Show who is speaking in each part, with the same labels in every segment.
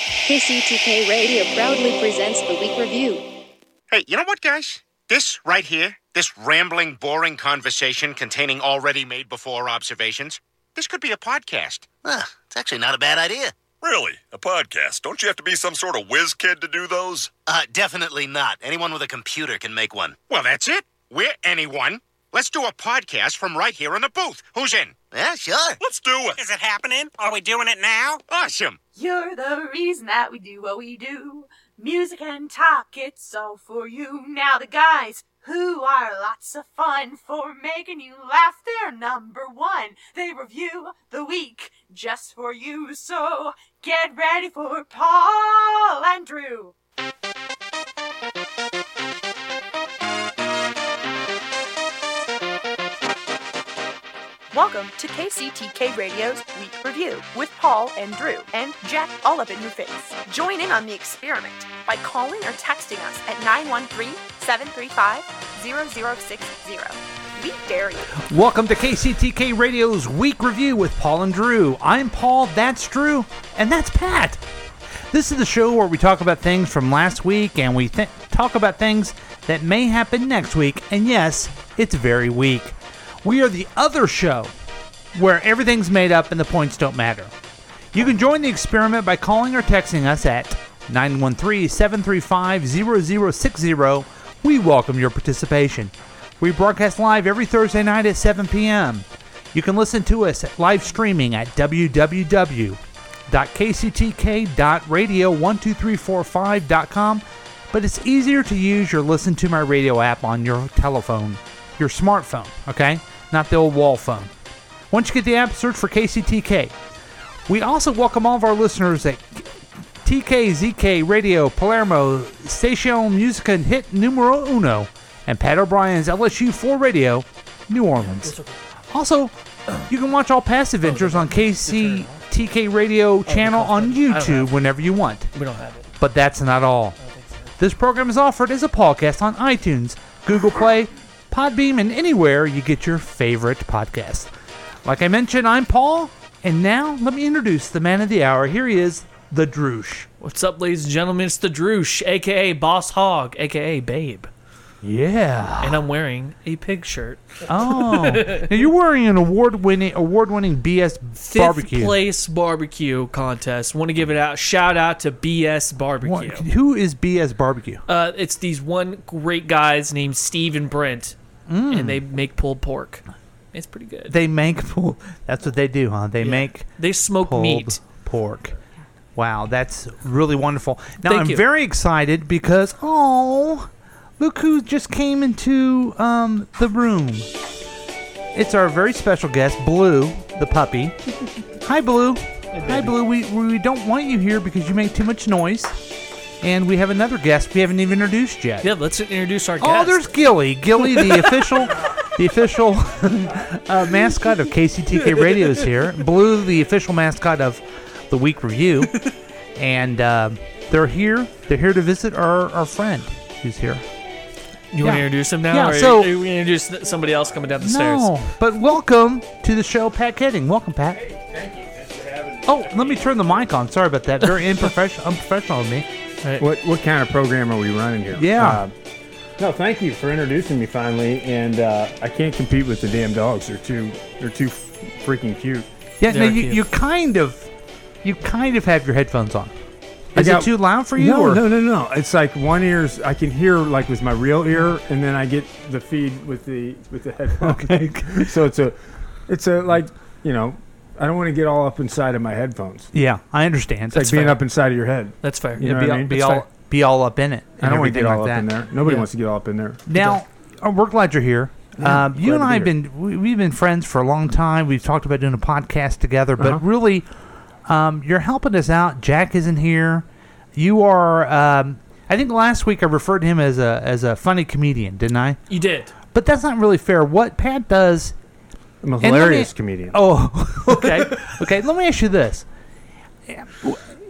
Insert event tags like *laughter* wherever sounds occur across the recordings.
Speaker 1: KCTK Radio proudly presents the week review.
Speaker 2: Hey, you know what, guys? This right here, this rambling, boring conversation containing already made before observations, this could be a podcast.
Speaker 3: Ah, it's actually not a bad idea.
Speaker 4: Really? A podcast? Don't you have to be some sort of whiz kid to do those?
Speaker 3: Uh, definitely not. Anyone with a computer can make one.
Speaker 2: Well, that's it. We're anyone. Let's do a podcast from right here in the booth. Who's in?
Speaker 3: Yeah, sure.
Speaker 4: Let's do it.
Speaker 5: Is it happening? Are we doing it now?
Speaker 2: Awesome.
Speaker 6: You're the reason that we do what we do. Music and talk, it's all for you. Now, the guys who are lots of fun for making you laugh, they're number one. They review the week just for you. So get ready for Paul and Drew.
Speaker 7: Welcome to KCTK Radio's Week Review with Paul and Drew and Jack all up in your face. Join in on the experiment by calling or texting us at 913-735-0060. We dare you.
Speaker 8: Welcome to KCTK Radio's Week Review with Paul and Drew. I'm Paul, that's Drew, and that's Pat. This is the show where we talk about things from last week and we th- talk about things that may happen next week. And yes, it's very weak. We are the other show where everything's made up and the points don't matter. You can join the experiment by calling or texting us at 913 735 0060. We welcome your participation. We broadcast live every Thursday night at 7 p.m. You can listen to us at live streaming at www.kctk.radio12345.com, but it's easier to use your Listen to My Radio app on your telephone, your smartphone, okay? Not the old wall phone. Once you get the app, search for KCTK. We also welcome all of our listeners at TKZK Radio Palermo Stacion Musica Hit Numero Uno and Pat O'Brien's LSU4 Radio New Orleans. Also, you can watch all past adventures on KCTK Radio channel on YouTube whenever you want. We don't have it. But that's not all. This program is offered as a podcast on iTunes, Google Play, Podbeam, and anywhere you get your favorite podcast. Like I mentioned, I'm Paul, and now let me introduce the man of the hour. Here he is, the Droosh.
Speaker 9: What's up, ladies and gentlemen? It's the Droosh, aka Boss Hog, aka Babe.
Speaker 8: Yeah.
Speaker 9: And I'm wearing a pig shirt.
Speaker 8: Oh. now you're wearing an award-winning, award-winning BS
Speaker 9: Fifth
Speaker 8: barbecue.
Speaker 9: place barbecue contest. Want to give it out? Shout out to BS
Speaker 8: What-
Speaker 9: Barbecue.
Speaker 8: who is BS barbecue?
Speaker 9: Uh, it's these one great guys named Steve and Brent, and they make pulled pork. It's pretty good.
Speaker 8: Mm. They
Speaker 9: They,
Speaker 8: make *laughs* pull. That's what they do, huh? They make
Speaker 9: smoke
Speaker 8: pulled
Speaker 9: meat.
Speaker 8: pork. Wow, that's really wonderful. Now
Speaker 9: Thank
Speaker 8: I'm
Speaker 9: you.
Speaker 8: very excited because oh, look who just came into um, the room. It's our very special guest, Blue, the
Speaker 9: *laughs*
Speaker 8: puppy. Hi, Blue. Hi, Blue. We we don't want you here because you make too much noise, and we have another guest we haven't even introduced yet.
Speaker 9: Yeah, let's introduce our guest.
Speaker 8: Oh, there's Gilly. Gilly, the official, the official *laughs* uh, mascot of KCTK Radio is here. Blue, the official mascot of the Week Review, and uh, they're here. They're here to visit our, our friend who's here.
Speaker 9: you
Speaker 8: yeah.
Speaker 9: want to introduce him now?
Speaker 8: Yeah,
Speaker 9: or
Speaker 8: so-
Speaker 9: are you gonna introduce somebody else coming down the
Speaker 8: No,
Speaker 9: stairs?
Speaker 8: but welcome to the show, Pat Kedding. Welcome, Pat. Oh, let me turn the mic on. Sorry about that. Very unprofessional, unprofessional of me.
Speaker 10: What what kind of program are we running here?
Speaker 8: Yeah.
Speaker 10: Uh, no, thank you for introducing me finally, and uh, I can't compete with the damn dogs. They're too they're too freaking cute.
Speaker 8: Yeah, no,
Speaker 9: They're
Speaker 8: you,
Speaker 9: cute.
Speaker 8: you kind of, you kind of have your headphones on. Is
Speaker 10: got-
Speaker 8: it too loud for you?
Speaker 10: No,
Speaker 8: or?
Speaker 10: no, no, no. It's like one ear's I can hear like with my real ear, and then I get the feed with the with the headphones.
Speaker 8: Okay.
Speaker 10: *laughs* so it's a it's a like you know I don't want to get all up inside of my headphones.
Speaker 8: Yeah, I understand.
Speaker 10: It's like being up inside of your head.
Speaker 9: That's fair.
Speaker 10: You know
Speaker 8: be,
Speaker 10: what I
Speaker 8: all,
Speaker 10: mean?
Speaker 8: be,
Speaker 10: It's
Speaker 8: all,
Speaker 10: like-
Speaker 8: be all up in it.
Speaker 10: I don't
Speaker 8: and
Speaker 10: want to
Speaker 8: everything
Speaker 10: get all
Speaker 8: like
Speaker 10: up
Speaker 8: that.
Speaker 10: in there. Nobody
Speaker 9: Yeah.
Speaker 10: wants to get all up in there.
Speaker 8: Now, uh, we're glad you're here. um, you and
Speaker 10: glad to
Speaker 8: I
Speaker 10: be
Speaker 8: have
Speaker 10: here.
Speaker 8: been we, we've been friends for a long time. We've talked about doing a podcast together, but
Speaker 10: Uh-huh.
Speaker 8: really, um, you're helping us out. Jack isn't here. You are. Um, I think last week I referred to him as a as a funny comedian, didn't I?
Speaker 9: You did.
Speaker 8: But that's not really fair. What Pat does
Speaker 10: I'm a
Speaker 8: And let me-
Speaker 10: hilarious comedian.
Speaker 8: Oh, *laughs* okay. okay, let me ask you this.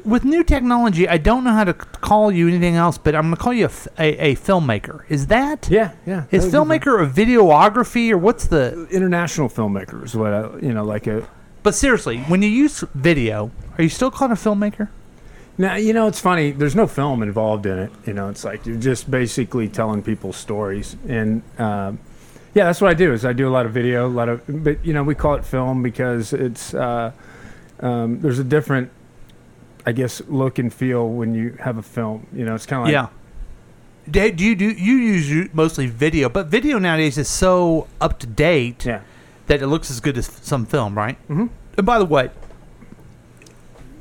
Speaker 8: With new technology, I don't know how to c- call you anything else, but I'm going to call you a, f- a- a filmmaker. Is that?
Speaker 10: Yeah, yeah.
Speaker 8: Is
Speaker 10: That would be
Speaker 8: filmmaker a videography or what's the.
Speaker 10: international filmmaker is what I, you know, like a
Speaker 8: But seriously, when you use video, are you still called a filmmaker?
Speaker 10: Now you know it's funny. There's no film involved in it. You know, it's like you're just basically telling people stories, and um, yeah, that's what I do. Is I do a lot of video, a lot of, but you know, we call it film because it's uh, um, there's a different, I guess, look and feel when you have a film. You know, it's kind of like
Speaker 8: yeah. Da- Do you do you use you- mostly video? But video nowadays is so up to date
Speaker 10: Yeah.
Speaker 8: that it looks as good as some film, right? Mm-hmm. And by the way,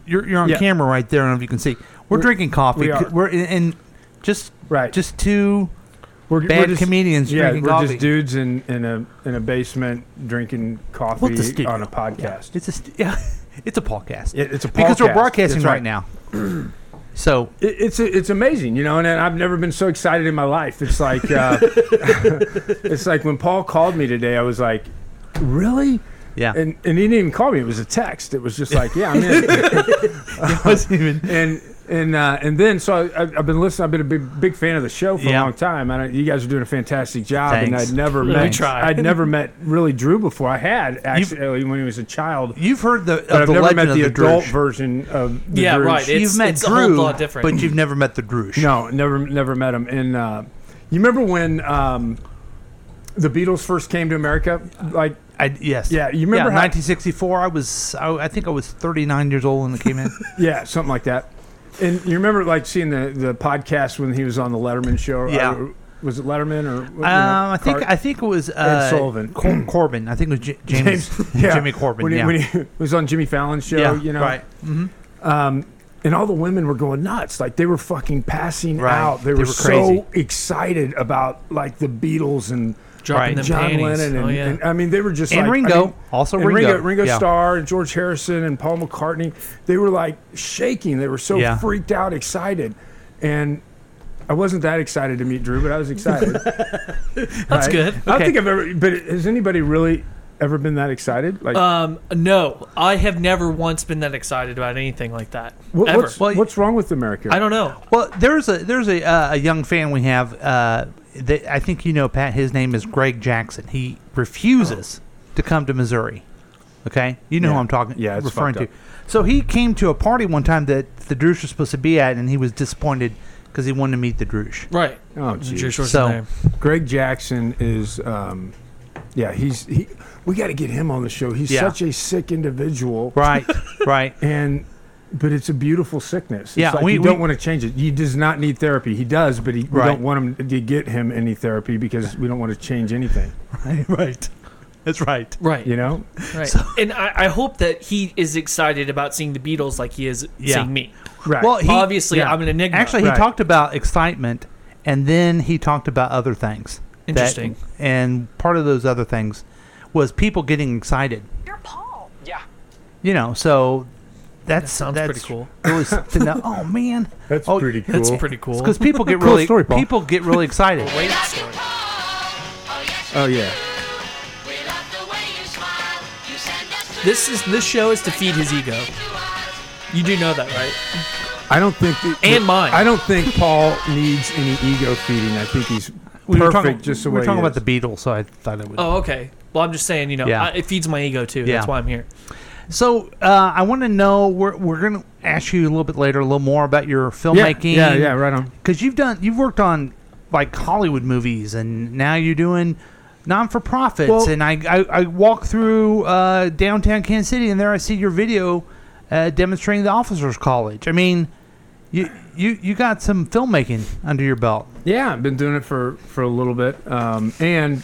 Speaker 8: you're you're on
Speaker 10: Yeah.
Speaker 8: camera right there. I don't know if you can see. We're,
Speaker 10: We're-
Speaker 8: drinking coffee.
Speaker 10: we are.
Speaker 8: We're in, in just
Speaker 10: Right.
Speaker 8: just two.
Speaker 10: we're,
Speaker 8: Bad comedians
Speaker 10: Yeah,
Speaker 8: drinking
Speaker 10: we're
Speaker 8: coffee.
Speaker 10: just dudes in, in a in a basement drinking coffee
Speaker 8: the studio.
Speaker 10: on a podcast.
Speaker 8: It's a st- *laughs* yeah, it's a podcast.
Speaker 10: It- it's a
Speaker 8: because we're
Speaker 10: podcast.
Speaker 8: broadcasting
Speaker 10: That's
Speaker 8: right.
Speaker 10: right.
Speaker 8: now.
Speaker 10: *clears throat*
Speaker 8: so
Speaker 10: it, it's it's amazing, you know, and I've never been so excited in my life. It's like uh, *laughs* it's like when Paul called me today, I was like, really?
Speaker 8: yeah, *laughs*
Speaker 10: And and he didn't even call me. It was a text. It was just like, yeah, I'm
Speaker 8: *laughs*
Speaker 10: in.
Speaker 8: it wasn't even.
Speaker 10: and and uh, and then so I, I've been listening. I've been a big big fan of the show for
Speaker 8: Yeah.
Speaker 10: a long time. I don't, you guys are doing a fantastic job, and
Speaker 8: Thanks.
Speaker 10: I'd never
Speaker 9: We
Speaker 10: met
Speaker 9: tried.
Speaker 8: *laughs*
Speaker 10: I'd never met really Drew before. I had actually when he was a child.
Speaker 8: You've heard the
Speaker 10: But
Speaker 8: of
Speaker 10: I've
Speaker 8: the
Speaker 10: never
Speaker 8: legend
Speaker 10: met
Speaker 8: of
Speaker 10: the,
Speaker 8: the
Speaker 10: adult
Speaker 8: Droosh.
Speaker 10: version of the
Speaker 9: Yeah,
Speaker 10: Droosh.
Speaker 9: right. It's-
Speaker 8: you've met
Speaker 9: it's a whole
Speaker 8: Drew,
Speaker 9: lot different.
Speaker 8: but you've never met the Droosh.
Speaker 10: No, never, never met him. And uh, you remember when um, the Beatles first came to America? Like,
Speaker 8: I, yes.
Speaker 10: Yeah, you remember how-
Speaker 8: 1964? I was, I, I think I was 39 years old when it came in.
Speaker 10: *laughs* yeah, something like that. And you remember like seeing the, the podcast when he was on the Letterman show?
Speaker 8: Yeah.
Speaker 10: Uh, was it Letterman or? Um,
Speaker 8: um, I think, I think it was uh,
Speaker 10: Sullivan.
Speaker 8: Cor- Corbin. I think it was J-
Speaker 10: *laughs*
Speaker 8: James, Jimmy Corbin.
Speaker 10: When he,
Speaker 8: yeah.
Speaker 10: when he *laughs* was on Jimmy Fallon's show,
Speaker 8: yeah,
Speaker 10: you know,
Speaker 8: right.
Speaker 10: and all the women were going nuts. Like they were fucking passing
Speaker 8: Right.
Speaker 10: out. They,
Speaker 8: They
Speaker 10: were,
Speaker 8: were crazy.
Speaker 10: so excited about like the Beatles and
Speaker 9: Dropping them
Speaker 10: John
Speaker 9: panties.
Speaker 10: Lennon. And,
Speaker 9: Oh, yeah.
Speaker 10: and- I mean, they were just
Speaker 8: And
Speaker 10: like I
Speaker 8: Ringo.
Speaker 10: mean-
Speaker 8: Also
Speaker 10: and
Speaker 8: Ringo.
Speaker 10: Ringo, Ringo
Speaker 8: Yeah.
Speaker 10: Starr, and George Harrison, and Paul McCartney. They were like shaking. They were so
Speaker 8: Yeah.
Speaker 10: freaked out, excited, and. I wasn't that excited to meet Drew, but I was excited.
Speaker 8: *laughs*
Speaker 10: That's
Speaker 9: That's good.
Speaker 10: I don't
Speaker 8: Okay.
Speaker 10: think I've ever. But has anybody really ever been that excited? Like,
Speaker 9: Um, no, I have never once been that excited about anything like that.
Speaker 10: what-
Speaker 9: ever.
Speaker 10: what's, what's wrong with America?
Speaker 9: I don't know.
Speaker 8: Well, there's a there's a uh, a young fan we have. Uh, that I think you know, Pat. His name is Greg Jackson. He refuses to come to Missouri. Okay, you know who
Speaker 10: Yeah.
Speaker 8: I'm talking.
Speaker 10: Yeah, it's
Speaker 8: referring to.
Speaker 10: fucked up.
Speaker 8: So he came to a party one time that the Drush was supposed to be at, and he was disappointed because he wanted to meet the Drush.
Speaker 9: Right.
Speaker 10: Oh, geez.
Speaker 9: Drew Schwartz
Speaker 8: So-
Speaker 9: name.
Speaker 10: Greg Jackson is, um, yeah, he's he. We got to get him on the show. He's
Speaker 8: Yeah.
Speaker 10: such a sick individual,
Speaker 8: Right,
Speaker 9: *laughs*
Speaker 8: right.
Speaker 10: And but it's a beautiful sickness. It's
Speaker 8: Yeah,
Speaker 10: like
Speaker 8: we-
Speaker 10: you don't
Speaker 8: we-
Speaker 10: want to change it. He does not need therapy. He does, but he, we
Speaker 8: Right.
Speaker 10: don't want him to get him any therapy because we don't want to change anything.
Speaker 8: right. That's right.
Speaker 9: Right.
Speaker 10: You know?
Speaker 9: Right. and I, I hope that he is excited about seeing the Beatles like he is
Speaker 8: Yeah.
Speaker 9: seeing me.
Speaker 10: Right.
Speaker 8: Well, he,
Speaker 9: Obviously, I'm an enigma.
Speaker 8: Actually, he
Speaker 10: Right.
Speaker 8: talked about excitement, and then he talked about other things. that-
Speaker 9: Interesting.
Speaker 8: and part of those other things was people getting excited.
Speaker 6: You're Paul.
Speaker 8: You know, so that's
Speaker 9: sounds
Speaker 8: that's
Speaker 9: pretty cool.
Speaker 8: Really s- to
Speaker 9: *laughs*
Speaker 8: know. Oh man,
Speaker 10: that's
Speaker 8: oh,
Speaker 10: pretty cool.
Speaker 9: That's pretty cool.
Speaker 8: Because people get
Speaker 10: *laughs* Cool
Speaker 8: really
Speaker 10: story, Paul.
Speaker 8: people get really
Speaker 10: *laughs*
Speaker 8: excited.
Speaker 9: Great story.
Speaker 10: oh yeah.
Speaker 9: This is this show is to feed his ego. You do know that, right?
Speaker 10: I don't think that-
Speaker 9: And mine.
Speaker 10: I don't think Paul needs any ego feeding. I think he's
Speaker 8: We were
Speaker 10: perfect
Speaker 8: talking,
Speaker 10: just the
Speaker 8: we
Speaker 10: way
Speaker 8: were talking
Speaker 10: he
Speaker 8: about
Speaker 10: is.
Speaker 8: the Beatles, so I thought it would.
Speaker 9: Oh, okay. Well, I'm just saying, you know,
Speaker 8: Yeah.
Speaker 9: I, it feeds my ego too.
Speaker 8: Yeah.
Speaker 9: That's why I'm here.
Speaker 8: So uh, I want to know we're we're gonna ask you a little bit later a little more about your
Speaker 10: yeah,
Speaker 8: filmmaking.
Speaker 10: yeah, yeah, right on.
Speaker 8: because you've done you've worked on like Hollywood movies, and now you're doing non for profits.
Speaker 10: Well-
Speaker 8: and I, I I walk through uh, downtown Kansas City, and there I see your video uh, demonstrating the officers' college. I mean, you you you got some filmmaking under your belt.
Speaker 10: Yeah, I've been doing it for for a little bit, um, and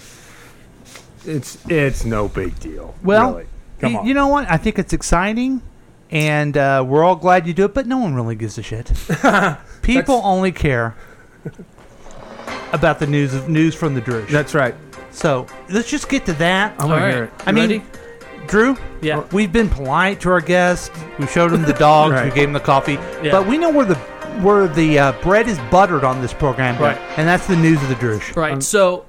Speaker 10: it's it's no big deal.
Speaker 8: Well,
Speaker 10: really. come
Speaker 8: you,
Speaker 10: on,
Speaker 8: you know what? I think it's exciting, and uh, we're all glad you do it. But no one really gives a
Speaker 10: *laughs*
Speaker 8: shit. People
Speaker 10: That's-
Speaker 8: only
Speaker 10: *laughs*
Speaker 8: care about the news of news from the Drush.
Speaker 10: that's right.
Speaker 8: so let's just get to that.
Speaker 10: I want to hear it.
Speaker 8: I mean, Drew,
Speaker 9: Yeah.
Speaker 8: we've been polite to our guests. We showed them the dogs. We
Speaker 10: Right.
Speaker 8: gave them the coffee.
Speaker 9: Yeah.
Speaker 8: But we know where the where the uh, bread is buttered on this program,
Speaker 10: Right.
Speaker 8: And that's the news of the Drush.
Speaker 9: Right.
Speaker 10: Um,
Speaker 9: so,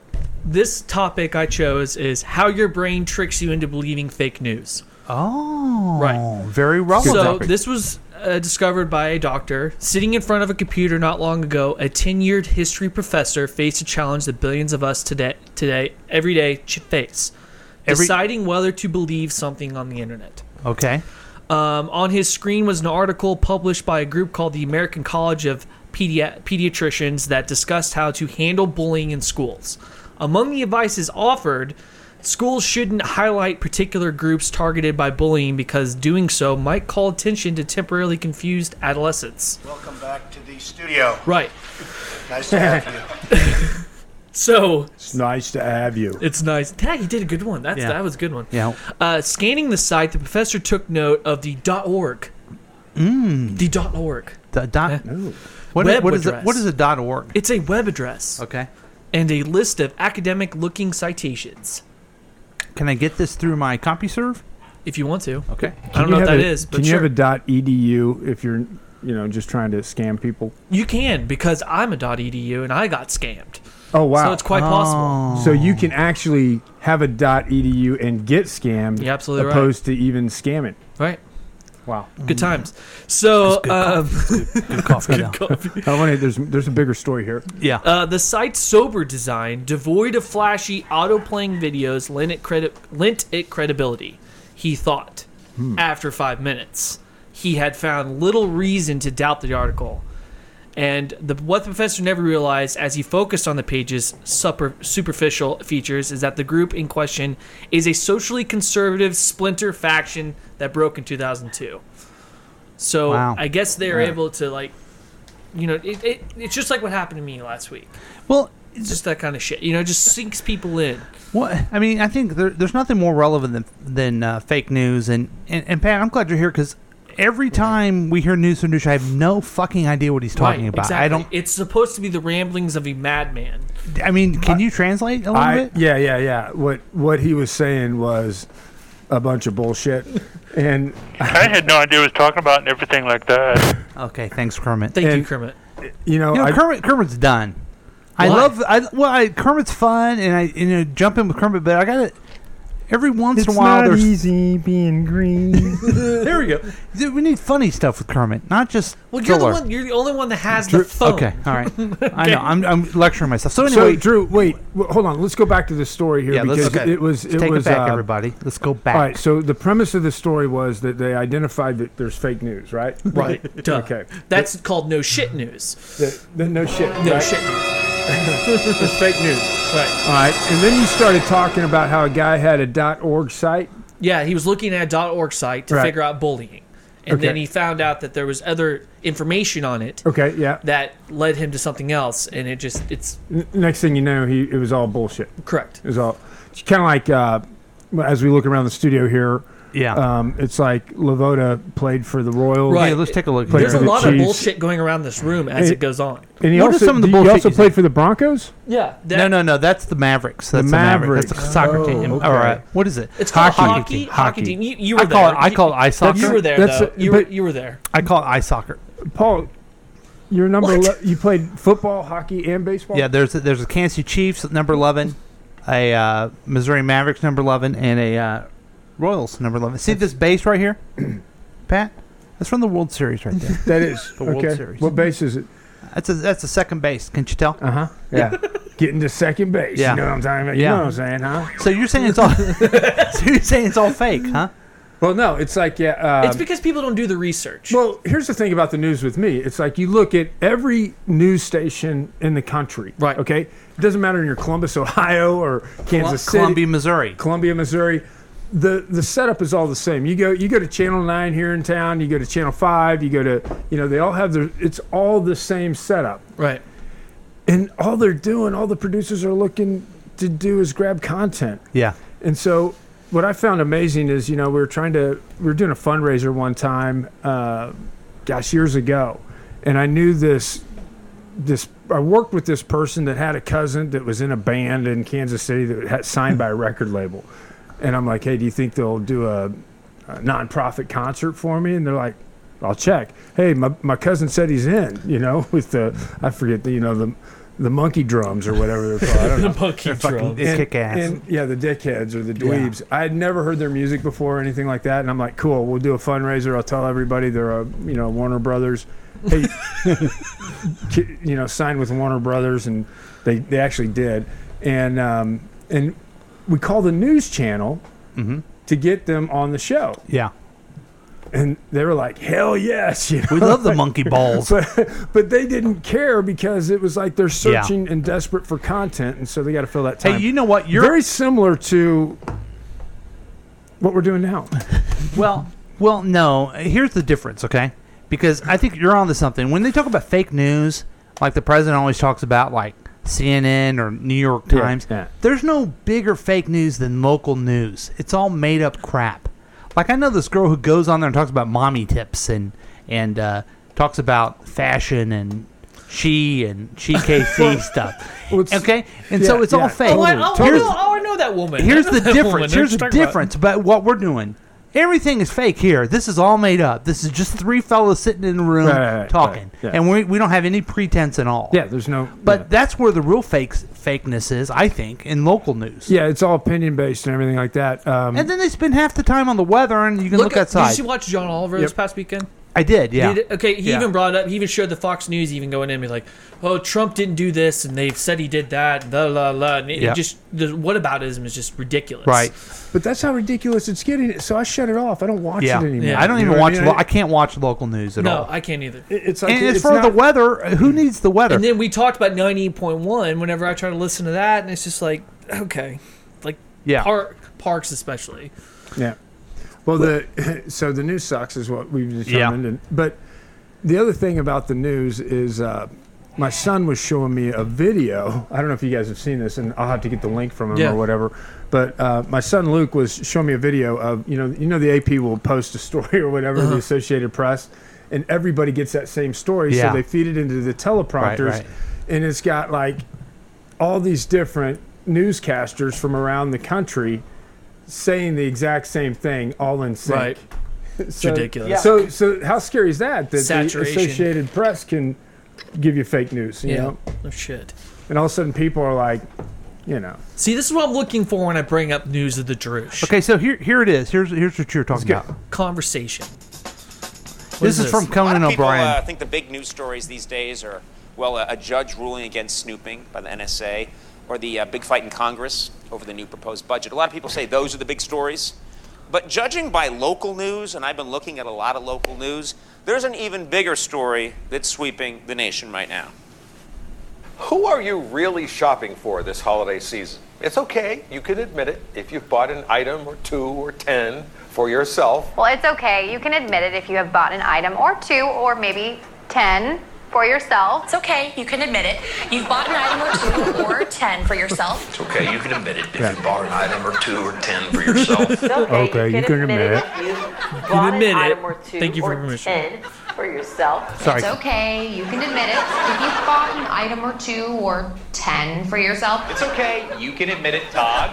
Speaker 9: this topic I chose is how your brain tricks you into believing fake news.
Speaker 8: Oh,
Speaker 9: Right.
Speaker 8: Very relevant.
Speaker 9: So, this was uh, discovered by a doctor sitting in front of a computer not long ago. A tenured history professor faced a challenge that billions of us today, today, every day, should face:
Speaker 8: Every-
Speaker 9: deciding whether to believe something on the internet.
Speaker 8: okay.
Speaker 9: Um, on his screen was an article published by a group called the American College of Pedia- Pediatricians that discussed how to handle bullying in schools. Among the advices offered, schools shouldn't highlight particular groups targeted by bullying because doing so might call attention to temporarily confused adolescents.
Speaker 11: Welcome back to the studio.
Speaker 9: Right.
Speaker 11: Nice to have you.
Speaker 9: So
Speaker 10: It's nice to have you.
Speaker 9: It's nice. Yeah, you did a good one. That's
Speaker 8: Yeah.
Speaker 9: that was a good one.
Speaker 8: Yeah.
Speaker 9: Uh, scanning the site, the professor took note of the .org. Mm. The .org.
Speaker 8: The dot. What,
Speaker 9: Web
Speaker 8: what is a,
Speaker 9: address.
Speaker 8: what is a dot org?
Speaker 9: It's a web address
Speaker 8: Okay.
Speaker 9: and a list of academic-looking citations.
Speaker 8: Can I get this through my CompuServe?
Speaker 9: If you want to,
Speaker 8: Okay.
Speaker 9: I don't know if that is, but
Speaker 10: Can you
Speaker 9: sure.
Speaker 10: have a dot edu if you're you know just trying to scam people?
Speaker 9: you can because I'm a .edu and I got scammed.
Speaker 10: Oh wow! Oh.
Speaker 9: So it's quite possible.
Speaker 10: So you can actually have a dot edu and get scammed.
Speaker 9: You're absolutely right.
Speaker 10: opposed to even scamming.
Speaker 9: Right.
Speaker 10: Wow.
Speaker 9: Good times. So um,
Speaker 8: Good coffee. though.
Speaker 10: I want to. There's there's a bigger story here.
Speaker 8: Yeah.
Speaker 9: *laughs* Uh, the site's sober design, devoid of flashy auto-playing videos, lent it, credi- lent it credibility. He thought.
Speaker 8: Hmm.
Speaker 9: After five minutes, he had found little reason to doubt the article. And the, what the professor never realized as he focused on the page's super, superficial features is that the group in question is a socially conservative splinter faction that broke in 2002. So
Speaker 8: Wow.
Speaker 9: I guess they're able to, like, you know, it, it, it's just like what happened to me last week.
Speaker 8: well,
Speaker 9: It's just that kind of shit. You know, it just sinks people in.
Speaker 8: Well, I mean, I think there, there's nothing more relevant than than uh, fake news. And, and and Pat, I'm glad you're here because every
Speaker 9: Mm-hmm.
Speaker 8: time we hear news from Douche, I have no fucking idea what he's talking about.
Speaker 9: Exactly.
Speaker 8: I don't.
Speaker 9: It's supposed to be the ramblings of a madman.
Speaker 8: I mean, can you translate a little
Speaker 10: I,
Speaker 8: bit?
Speaker 10: yeah, yeah, yeah. What what he was saying was a bunch of bullshit, and
Speaker 12: I had no idea what he was talking about and everything like that.
Speaker 8: Okay, thanks, Kermit.
Speaker 9: Thank you,
Speaker 10: And-
Speaker 9: Kermit.
Speaker 10: you know,
Speaker 8: you know,
Speaker 10: I,
Speaker 8: Kermit Kermit's done. I
Speaker 9: Why?
Speaker 8: love. I well, I, Kermit's fun, and I you know jump in with Kermit, but I got to Every once in a while, there's
Speaker 10: easy being green.
Speaker 8: there we go. We need funny stuff with Kermit, not just
Speaker 9: Well, you're the
Speaker 8: filler.
Speaker 9: one. You're the only one that has the
Speaker 10: Drew-
Speaker 9: phone.
Speaker 8: Okay, all
Speaker 9: *laughs*
Speaker 8: right. I know. I'm, I'm lecturing myself. So
Speaker 10: so
Speaker 8: anyway,
Speaker 10: Drew, wait, w- hold on. Let's go back to the story here
Speaker 8: yeah,
Speaker 10: because
Speaker 8: let's okay.
Speaker 10: it was
Speaker 8: Let's
Speaker 10: it
Speaker 8: take
Speaker 10: was
Speaker 8: it back,
Speaker 10: uh,
Speaker 8: everybody. Let's go back.
Speaker 10: All right. So the premise of the story was that they identified that there's fake news, right?
Speaker 9: Right. *laughs* Duh.
Speaker 10: Okay.
Speaker 9: That's called no shit news.
Speaker 10: That, that no shit.
Speaker 9: No
Speaker 10: right?
Speaker 9: shit news.
Speaker 10: *laughs* There's fake news.
Speaker 9: Right.
Speaker 10: All right. And then you started talking about how a guy had a .org site.
Speaker 9: Yeah, he was looking at a .org site to
Speaker 10: Right.
Speaker 9: figure out bullying, and
Speaker 10: Okay.
Speaker 9: then he found out that there was other information on it
Speaker 10: Okay. Yeah.
Speaker 9: that led him to something else, and it just it's
Speaker 10: N- next thing you know, he it was all bullshit.
Speaker 9: correct.
Speaker 10: It was all. It's kind of like uh, as we look around the studio here.
Speaker 8: Yeah.
Speaker 10: Um, it's like Lavota played for the Royals.
Speaker 9: Right.
Speaker 8: Yeah, let's take a look.
Speaker 9: There's
Speaker 10: Players
Speaker 8: Here.
Speaker 9: a
Speaker 10: the
Speaker 9: lot of
Speaker 10: Chiefs.
Speaker 9: bullshit going around this room as
Speaker 10: Hey.
Speaker 9: it goes on.
Speaker 10: And he
Speaker 8: What are
Speaker 10: also,
Speaker 8: some of the
Speaker 10: did he
Speaker 8: bullshit
Speaker 10: also
Speaker 8: you
Speaker 10: played for the Broncos.
Speaker 9: Yeah. That,
Speaker 8: no, no, no. That's the Mavericks. That's the Mavericks. That's the soccer team. All
Speaker 10: Oh, okay.
Speaker 8: right. What is it?
Speaker 9: It's called hockey.
Speaker 8: Hockey.
Speaker 9: Hockey,
Speaker 8: Hockey.
Speaker 9: team. You, you
Speaker 8: I
Speaker 9: were
Speaker 8: call
Speaker 9: there.
Speaker 8: it- I
Speaker 9: You-
Speaker 8: call it ice
Speaker 9: that's-
Speaker 8: soccer.
Speaker 9: You were there
Speaker 10: That's
Speaker 9: though.
Speaker 10: a-
Speaker 9: you, were,
Speaker 10: but-
Speaker 9: you were there.
Speaker 8: I call it ice soccer.
Speaker 10: Paul, you're number.
Speaker 9: What?
Speaker 10: Ele- you played football, hockey, and baseball.
Speaker 8: Yeah. There's a, there's a Kansas City Chiefs at number eleven, a uh, Missouri Mavericks number eleven, and a uh, Royals number eleven. See this base right here, *clears throat* Pat? That's from the World Series right there.
Speaker 10: that is
Speaker 8: The
Speaker 10: okay.
Speaker 8: World Series.
Speaker 10: What base is it?
Speaker 8: That's a that's the second base. Can you tell?
Speaker 10: Uh huh. Yeah. Getting to second base.
Speaker 8: Yeah.
Speaker 10: You know what I'm talking about? You
Speaker 8: Yeah.
Speaker 10: know what I'm saying, huh?
Speaker 8: So you're saying it's all? *laughs* so you're saying it's all fake, huh?
Speaker 10: Well, no, it's like, yeah. Uh,
Speaker 9: It's because people don't do the research.
Speaker 10: well, here's the thing about the news with me. It's like you look at every news station in the country.
Speaker 9: Right.
Speaker 10: Okay. It doesn't matter in your Columbus, Ohio, or Kansas City,
Speaker 8: Columbia, Missouri.
Speaker 10: Columbia, Missouri. The the setup is all the same. You go you go to Channel Nine here in town. You go to Channel Five. You go to you know they all have their. It's all the same setup.
Speaker 9: right.
Speaker 10: And all they're doing, all the producers are looking to do is grab content.
Speaker 8: Yeah.
Speaker 10: And so, what I found amazing is, you know, we were trying to, we were doing a fundraiser one time, uh, gosh, years ago, and I knew this, this, I worked with this person that had a cousin that was in a band in Kansas City that had signed by a record label, and I'm like, hey, do you think they'll do a, a nonprofit concert for me? And they're like. I'll check. Hey, my, my cousin said he's in, you know, *laughs* with the I forget the you know the the monkey drums or whatever they're called. I don't know.
Speaker 9: Monkey drums.
Speaker 8: The kick ass.
Speaker 10: And yeah, the dickheads or the dweebs. I had never heard their music before or anything like that, and I'm like, cool, we'll do a fundraiser. I'll tell everybody they're a you know Warner Brothers.
Speaker 8: *laughs*
Speaker 10: Hey, ki- you know, signed with Warner Brothers, and they they actually did, and um, and
Speaker 8: Mm-hmm.
Speaker 10: we call the news channel to get them on the show.
Speaker 8: Yeah.
Speaker 10: and they were like, "Hell yes!" You know?
Speaker 8: We love the
Speaker 10: Like-
Speaker 8: monkey *laughs* balls.
Speaker 10: *laughs* but, but they didn't care because it was like they're
Speaker 8: Yeah.
Speaker 10: searching and desperate for content, and so they got to fill that
Speaker 8: Hey,
Speaker 10: time.
Speaker 8: you know what? You're-
Speaker 10: very similar to what we're doing now.
Speaker 8: Well, well, no. Here's the difference, okay? Because I think you're onto something. When they talk about fake news, like the president always talks about, like CNN or New York
Speaker 10: Yeah,
Speaker 8: Times, there's no bigger fake news than local news. It's all made up crap. Like I know this girl who goes on there and talks about mommy tips and and uh, talks about fashion and she and she
Speaker 10: *laughs*
Speaker 8: KC stuff. okay, and so it's all fake.
Speaker 9: Oh, I, oh, I
Speaker 8: Here's-
Speaker 9: know, oh, I know that woman.
Speaker 10: *laughs*
Speaker 8: Here's
Speaker 9: I know
Speaker 8: the
Speaker 9: that woman.
Speaker 8: difference.
Speaker 9: They're
Speaker 8: Here's the
Speaker 9: talking about-
Speaker 8: difference. But what we're doing, everything is fake here. This is all made up. This is just three fellas sitting in a room
Speaker 10: Right, right, right,
Speaker 8: talking,
Speaker 10: right, yeah.
Speaker 8: and we, we don't have any pretense at all.
Speaker 10: Yeah, there's no.
Speaker 8: But that's where the real fakes fakeness is, I think, in local news.
Speaker 10: Yeah, it's all opinion based and everything like that. Um,
Speaker 8: And then they spend half the time on the weather, and you can look,
Speaker 9: at-
Speaker 8: outside.
Speaker 9: Did you watch John Oliver this
Speaker 8: Yep.
Speaker 9: past weekend?
Speaker 8: I did, yeah.
Speaker 9: Did- okay, he
Speaker 8: Yeah.
Speaker 9: even brought up, he even showed the Fox News even going in and be like, oh, Trump didn't do this, and they've said he did that, la, la, la. And it, it
Speaker 10: Yeah.
Speaker 9: just, the whataboutism is just ridiculous.
Speaker 10: But that's how ridiculous it's getting. So I shut it off. I don't watch
Speaker 8: yeah.
Speaker 10: it anymore.
Speaker 8: I don't
Speaker 10: You
Speaker 8: even
Speaker 10: know what
Speaker 8: watch.
Speaker 10: mean?
Speaker 8: lo- I can't watch local news at
Speaker 9: No,
Speaker 8: all.
Speaker 9: I can't either.
Speaker 10: It's
Speaker 8: and as far as the weather, who needs the weather?
Speaker 9: And then we talked about 98.1 whenever I try to listen to that, and it's just like, okay. Like,
Speaker 10: Yeah.
Speaker 9: park, parks especially.
Speaker 10: Yeah. Well, the *laughs* so the news sucks is what we've determined.
Speaker 9: Yeah.
Speaker 10: And, but the other thing about the news is uh, my son was showing me a video. I don't know if you guys have seen this, and I'll have to get the link from him
Speaker 11: Yeah.
Speaker 10: or whatever. But uh, my son Luke was showing me a video of you know you know the AP will post a *laughs* story or whatever
Speaker 11: Uh-huh.
Speaker 10: the Associated Press, and everybody gets that same story,
Speaker 11: Yeah.
Speaker 10: so they feed it into the teleprompters,
Speaker 11: right.
Speaker 10: and it's got like all these different newscasters from around the country saying the exact same thing all in sync.
Speaker 9: Right. It's
Speaker 10: So-
Speaker 9: ridiculous.
Speaker 10: So, so how scary is that? That
Speaker 9: Saturation.
Speaker 10: the Associated Press can give you fake news, you
Speaker 9: Yeah.
Speaker 10: know?
Speaker 9: No shit.
Speaker 10: And all of a sudden, people are like, you know,
Speaker 9: See, this is what I'm looking for when I bring up news of the Drush.
Speaker 8: Okay, so here here it is. Here's here's what you're talking about.
Speaker 9: Conversation. What
Speaker 8: This is from
Speaker 13: A
Speaker 8: Conan
Speaker 13: lot of people,
Speaker 8: O'Brien.
Speaker 13: uh, I think the big news stories these days are, well, a, a judge ruling against snooping by the NSA, or the uh, big fight in Congress over the new proposed budget. A lot of people say those are the big stories. But judging by local news, and I've been looking at a lot of local news, there's an even bigger story that's sweeping the nation right now.
Speaker 14: Who are you really shopping for this holiday season? It's okay, you can admit it if you've bought an item or two or ten for yourself.
Speaker 15: Well, it's okay. You can admit it if you have bought an item or two or maybe 10 for yourself. It's okay. You can admit it. You've bought an item or two or 10 for yourself.
Speaker 16: It's okay, you can admit it if you bought an item or two or ten
Speaker 14: *laughs*
Speaker 16: for yourself.
Speaker 10: Okay, you can admit it.
Speaker 15: You
Speaker 10: bought admit an it. item or two
Speaker 9: Thank you for or permission.
Speaker 15: 10 for yourself.
Speaker 9: Sorry.
Speaker 15: It's okay. You can admit it if you've bought an item or two or 10 for yourself.
Speaker 13: It's okay. You can admit it, Todd.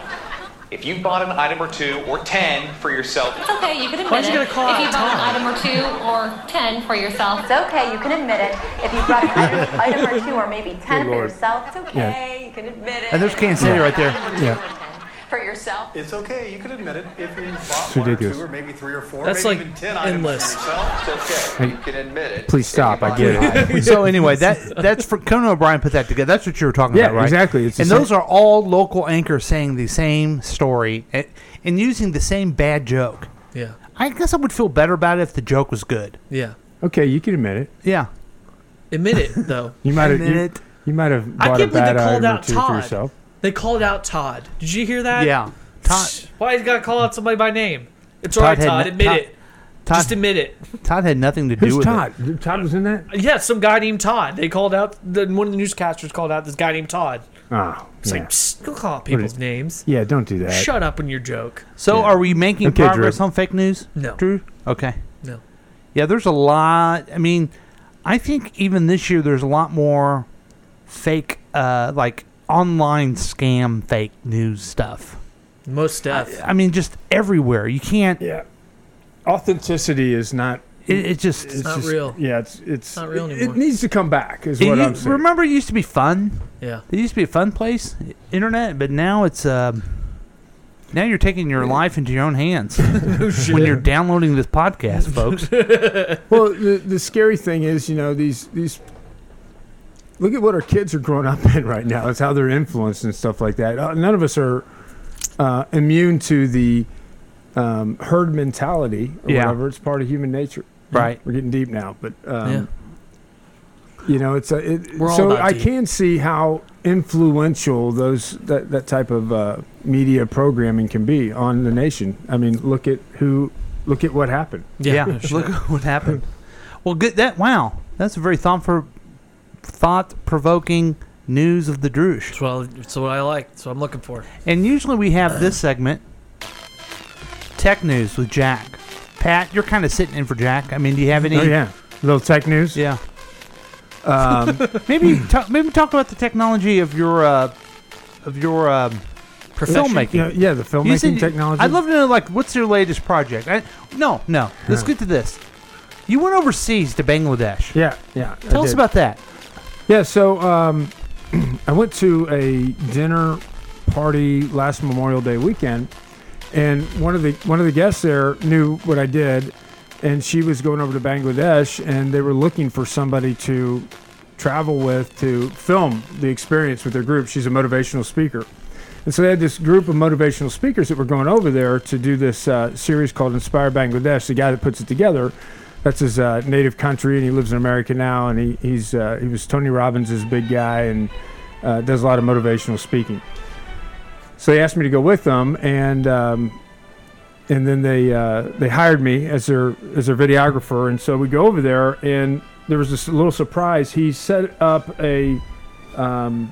Speaker 13: If you bought an item or two or ten for yourself,
Speaker 15: It's okay, you can admit
Speaker 13: Why'd you
Speaker 15: it.
Speaker 13: gotta call
Speaker 15: if
Speaker 13: out
Speaker 15: you bought an
Speaker 13: Tom?
Speaker 15: item or two or ten for yourself. It's okay, you can admit it. If you bought an item, item or two or maybe ten
Speaker 8: Good
Speaker 15: for
Speaker 8: Lord.
Speaker 15: yourself, it's okay, you can admit it.
Speaker 8: And there's Kansas City right there. Yeah.
Speaker 15: For yourself.
Speaker 14: It's okay, you can admit it if you
Speaker 10: It's
Speaker 14: bought one or
Speaker 10: ridiculous.
Speaker 14: two or maybe three or four,
Speaker 9: That's
Speaker 14: maybe
Speaker 9: like
Speaker 14: even ten endless. items for yourself. It's okay,
Speaker 10: Hey,
Speaker 14: you can admit it.
Speaker 10: please stop.
Speaker 14: *laughs*
Speaker 10: I get *laughs* it.
Speaker 8: so anyway, that that's for Conan O'Brien put that together. That's what you were talking
Speaker 10: Yeah,
Speaker 8: about, right?
Speaker 10: exactly. It's the
Speaker 8: and
Speaker 10: same-
Speaker 8: those are all local anchors saying the same story and, and using the same bad joke.
Speaker 9: Yeah.
Speaker 8: I guess I would feel better about it if the joke was good.
Speaker 9: Yeah.
Speaker 10: Okay, you can admit it.
Speaker 8: Yeah.
Speaker 9: Admit it, *laughs* though.
Speaker 10: You might have. You,
Speaker 9: Admit
Speaker 10: you might have
Speaker 9: I
Speaker 10: bought a
Speaker 9: can't believe they
Speaker 10: bad
Speaker 9: called
Speaker 10: item or
Speaker 9: out
Speaker 10: two for
Speaker 9: Todd.
Speaker 10: yourself.
Speaker 9: They called out Todd. Did you hear that?
Speaker 8: Yeah. Todd.
Speaker 9: Why you gotta call out somebody by name? It's
Speaker 8: Todd
Speaker 9: alright,
Speaker 8: had
Speaker 9: Todd.
Speaker 8: no-
Speaker 9: Admit
Speaker 8: Todd-
Speaker 9: it. Just admit it.
Speaker 8: Todd had nothing to do
Speaker 10: Who's
Speaker 8: with
Speaker 10: Todd?
Speaker 8: it.
Speaker 10: Todd was in that.
Speaker 9: Yeah, some guy named Todd. They called out the, one of the newscasters called out this guy named Todd.
Speaker 10: Oh,
Speaker 9: It's
Speaker 10: yeah.
Speaker 9: like Psst, don't call out
Speaker 10: What
Speaker 9: people's
Speaker 10: is-
Speaker 9: names.
Speaker 10: Yeah, don't do that.
Speaker 9: Shut up on your joke.
Speaker 8: So are we making
Speaker 10: Okay, Drew.
Speaker 8: progress on fake news?
Speaker 9: No.
Speaker 8: Drew? Okay.
Speaker 9: No.
Speaker 8: Yeah, there's a lot. I mean, I think even this year there's a lot more fake, uh, like online scam fake news stuff.
Speaker 9: Most stuff.
Speaker 8: I mean, just everywhere. You can't.
Speaker 10: Yeah. Authenticity is not.
Speaker 8: It, it just.
Speaker 10: It's not just- real. Yeah, it's it's
Speaker 9: not real
Speaker 10: it-
Speaker 9: anymore.
Speaker 10: It needs to come back. Is
Speaker 8: It
Speaker 10: what
Speaker 8: u-
Speaker 10: I'm saying.
Speaker 8: remember, it used to be fun.
Speaker 9: Yeah.
Speaker 8: It used to be a fun place, i- internet, but now it's. Um, now you're taking your life into your own hands
Speaker 10: *laughs* Oh,
Speaker 8: when you're downloading this podcast, folks.
Speaker 10: well, the, the scary thing is, you know, these these. Look at what our kids are growing up in right now. It's how they're influenced and stuff like that. Uh, none of us are uh, immune to the um, herd mentality or
Speaker 8: Yeah.
Speaker 10: whatever. It's part of human nature.
Speaker 8: Right.
Speaker 10: We're getting deep now, but um, you know, it's a. It,
Speaker 8: We're all
Speaker 10: so
Speaker 8: about
Speaker 10: I
Speaker 8: deep.
Speaker 10: can see how influential those that that type of uh, media programming can be on the nation. I mean, look at who, look at what happened.
Speaker 8: Yeah.
Speaker 10: *laughs*
Speaker 8: Look at what happened. Well, good. That wow. That's a very thoughtful, thought-provoking news of the Druze.
Speaker 9: That's what, I, that's what I like. That's what I'm looking for.
Speaker 8: And usually we have this segment, tech news with Jack. Pat, you're kind of sitting in for Jack. I mean, do you have any?
Speaker 10: Oh yeah, little tech news.
Speaker 8: Yeah.
Speaker 10: Um, *laughs*
Speaker 8: maybe talk, maybe talk about the technology of your uh, of your um,
Speaker 10: Profession?
Speaker 8: filmmaking.
Speaker 10: Yeah, yeah, the
Speaker 8: You
Speaker 10: filmmaking technology.
Speaker 8: I'd love to know like what's your latest project. I, no, no. Let's
Speaker 10: Yeah.
Speaker 8: get to this. You went overseas to Bangladesh.
Speaker 10: Yeah, yeah. I
Speaker 8: Tell us
Speaker 10: did.
Speaker 8: about that.
Speaker 10: Yeah, so um, *clears throat* I went to a dinner party last Memorial Day weekend, and one of the one of the guests there knew what I did, and she was going over to Bangladesh, and they were looking for somebody to travel with to film the experience with their group. She's a motivational speaker. And so they had this group of motivational speakers that were going over there to do this uh, series called Inspire Bangladesh. The guy that puts it together, that's his uh, native country, and he lives in America now. And he, he's uh, he was Tony Robbins' big guy, and uh, does a lot of motivational speaking. So they asked me to go with them, and um, and then they uh, they hired me as their as their videographer. And so we go over there, and there was this little surprise. He set up a um,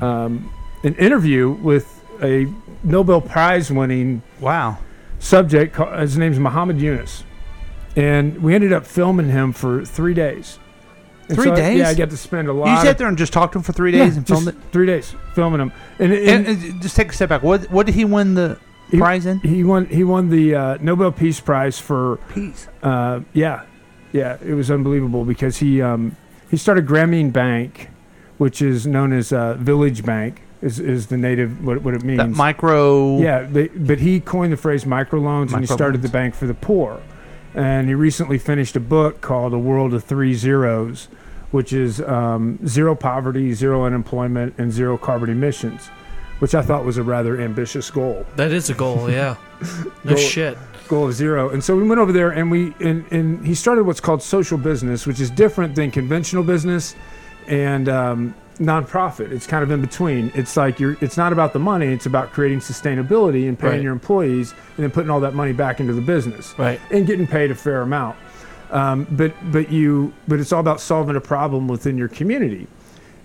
Speaker 10: um, an interview with a Nobel Prize winning
Speaker 8: wow
Speaker 10: subject. ca- His name's Muhammad Yunus, and we ended up filming him for three days. And
Speaker 8: Three
Speaker 10: so I-
Speaker 8: days?
Speaker 10: yeah, I got to spend a lot.
Speaker 8: You
Speaker 10: of-
Speaker 8: sat there and just talked to him for three days
Speaker 10: Yeah,
Speaker 8: and filmed it.
Speaker 10: just Three days filming him, and,
Speaker 8: And, and just take a step back. What what did he win the prize in?
Speaker 10: He won. He won the uh, Nobel Peace Prize for
Speaker 8: peace.
Speaker 10: Uh, yeah, yeah. It was unbelievable because he um, he started Grameen Bank, which is known as uh, Village Bank. Is, is the native what, what it means?
Speaker 8: That micro.
Speaker 10: Yeah, they, but he coined the phrase microloans, and he started
Speaker 8: Microloans.
Speaker 10: the bank for the poor. And he recently finished a book called A World of Three Zeros, which is um, zero poverty, zero unemployment, and zero carbon emissions, which I thought was a rather ambitious goal.
Speaker 9: That is a goal, *laughs* yeah. No
Speaker 10: Goal-
Speaker 9: shit.
Speaker 10: Goal of zero. And so we went over there and we and, and he started what's called social business, which is different than conventional business and um, nonprofit. It's kind of in between. It's like you're it's not about the money, it's about creating sustainability and paying
Speaker 9: Right.
Speaker 10: your employees and then putting all that money back into the business.
Speaker 9: Right.
Speaker 10: And getting paid a fair amount. Um, but but you but it's all about solving a problem within your community.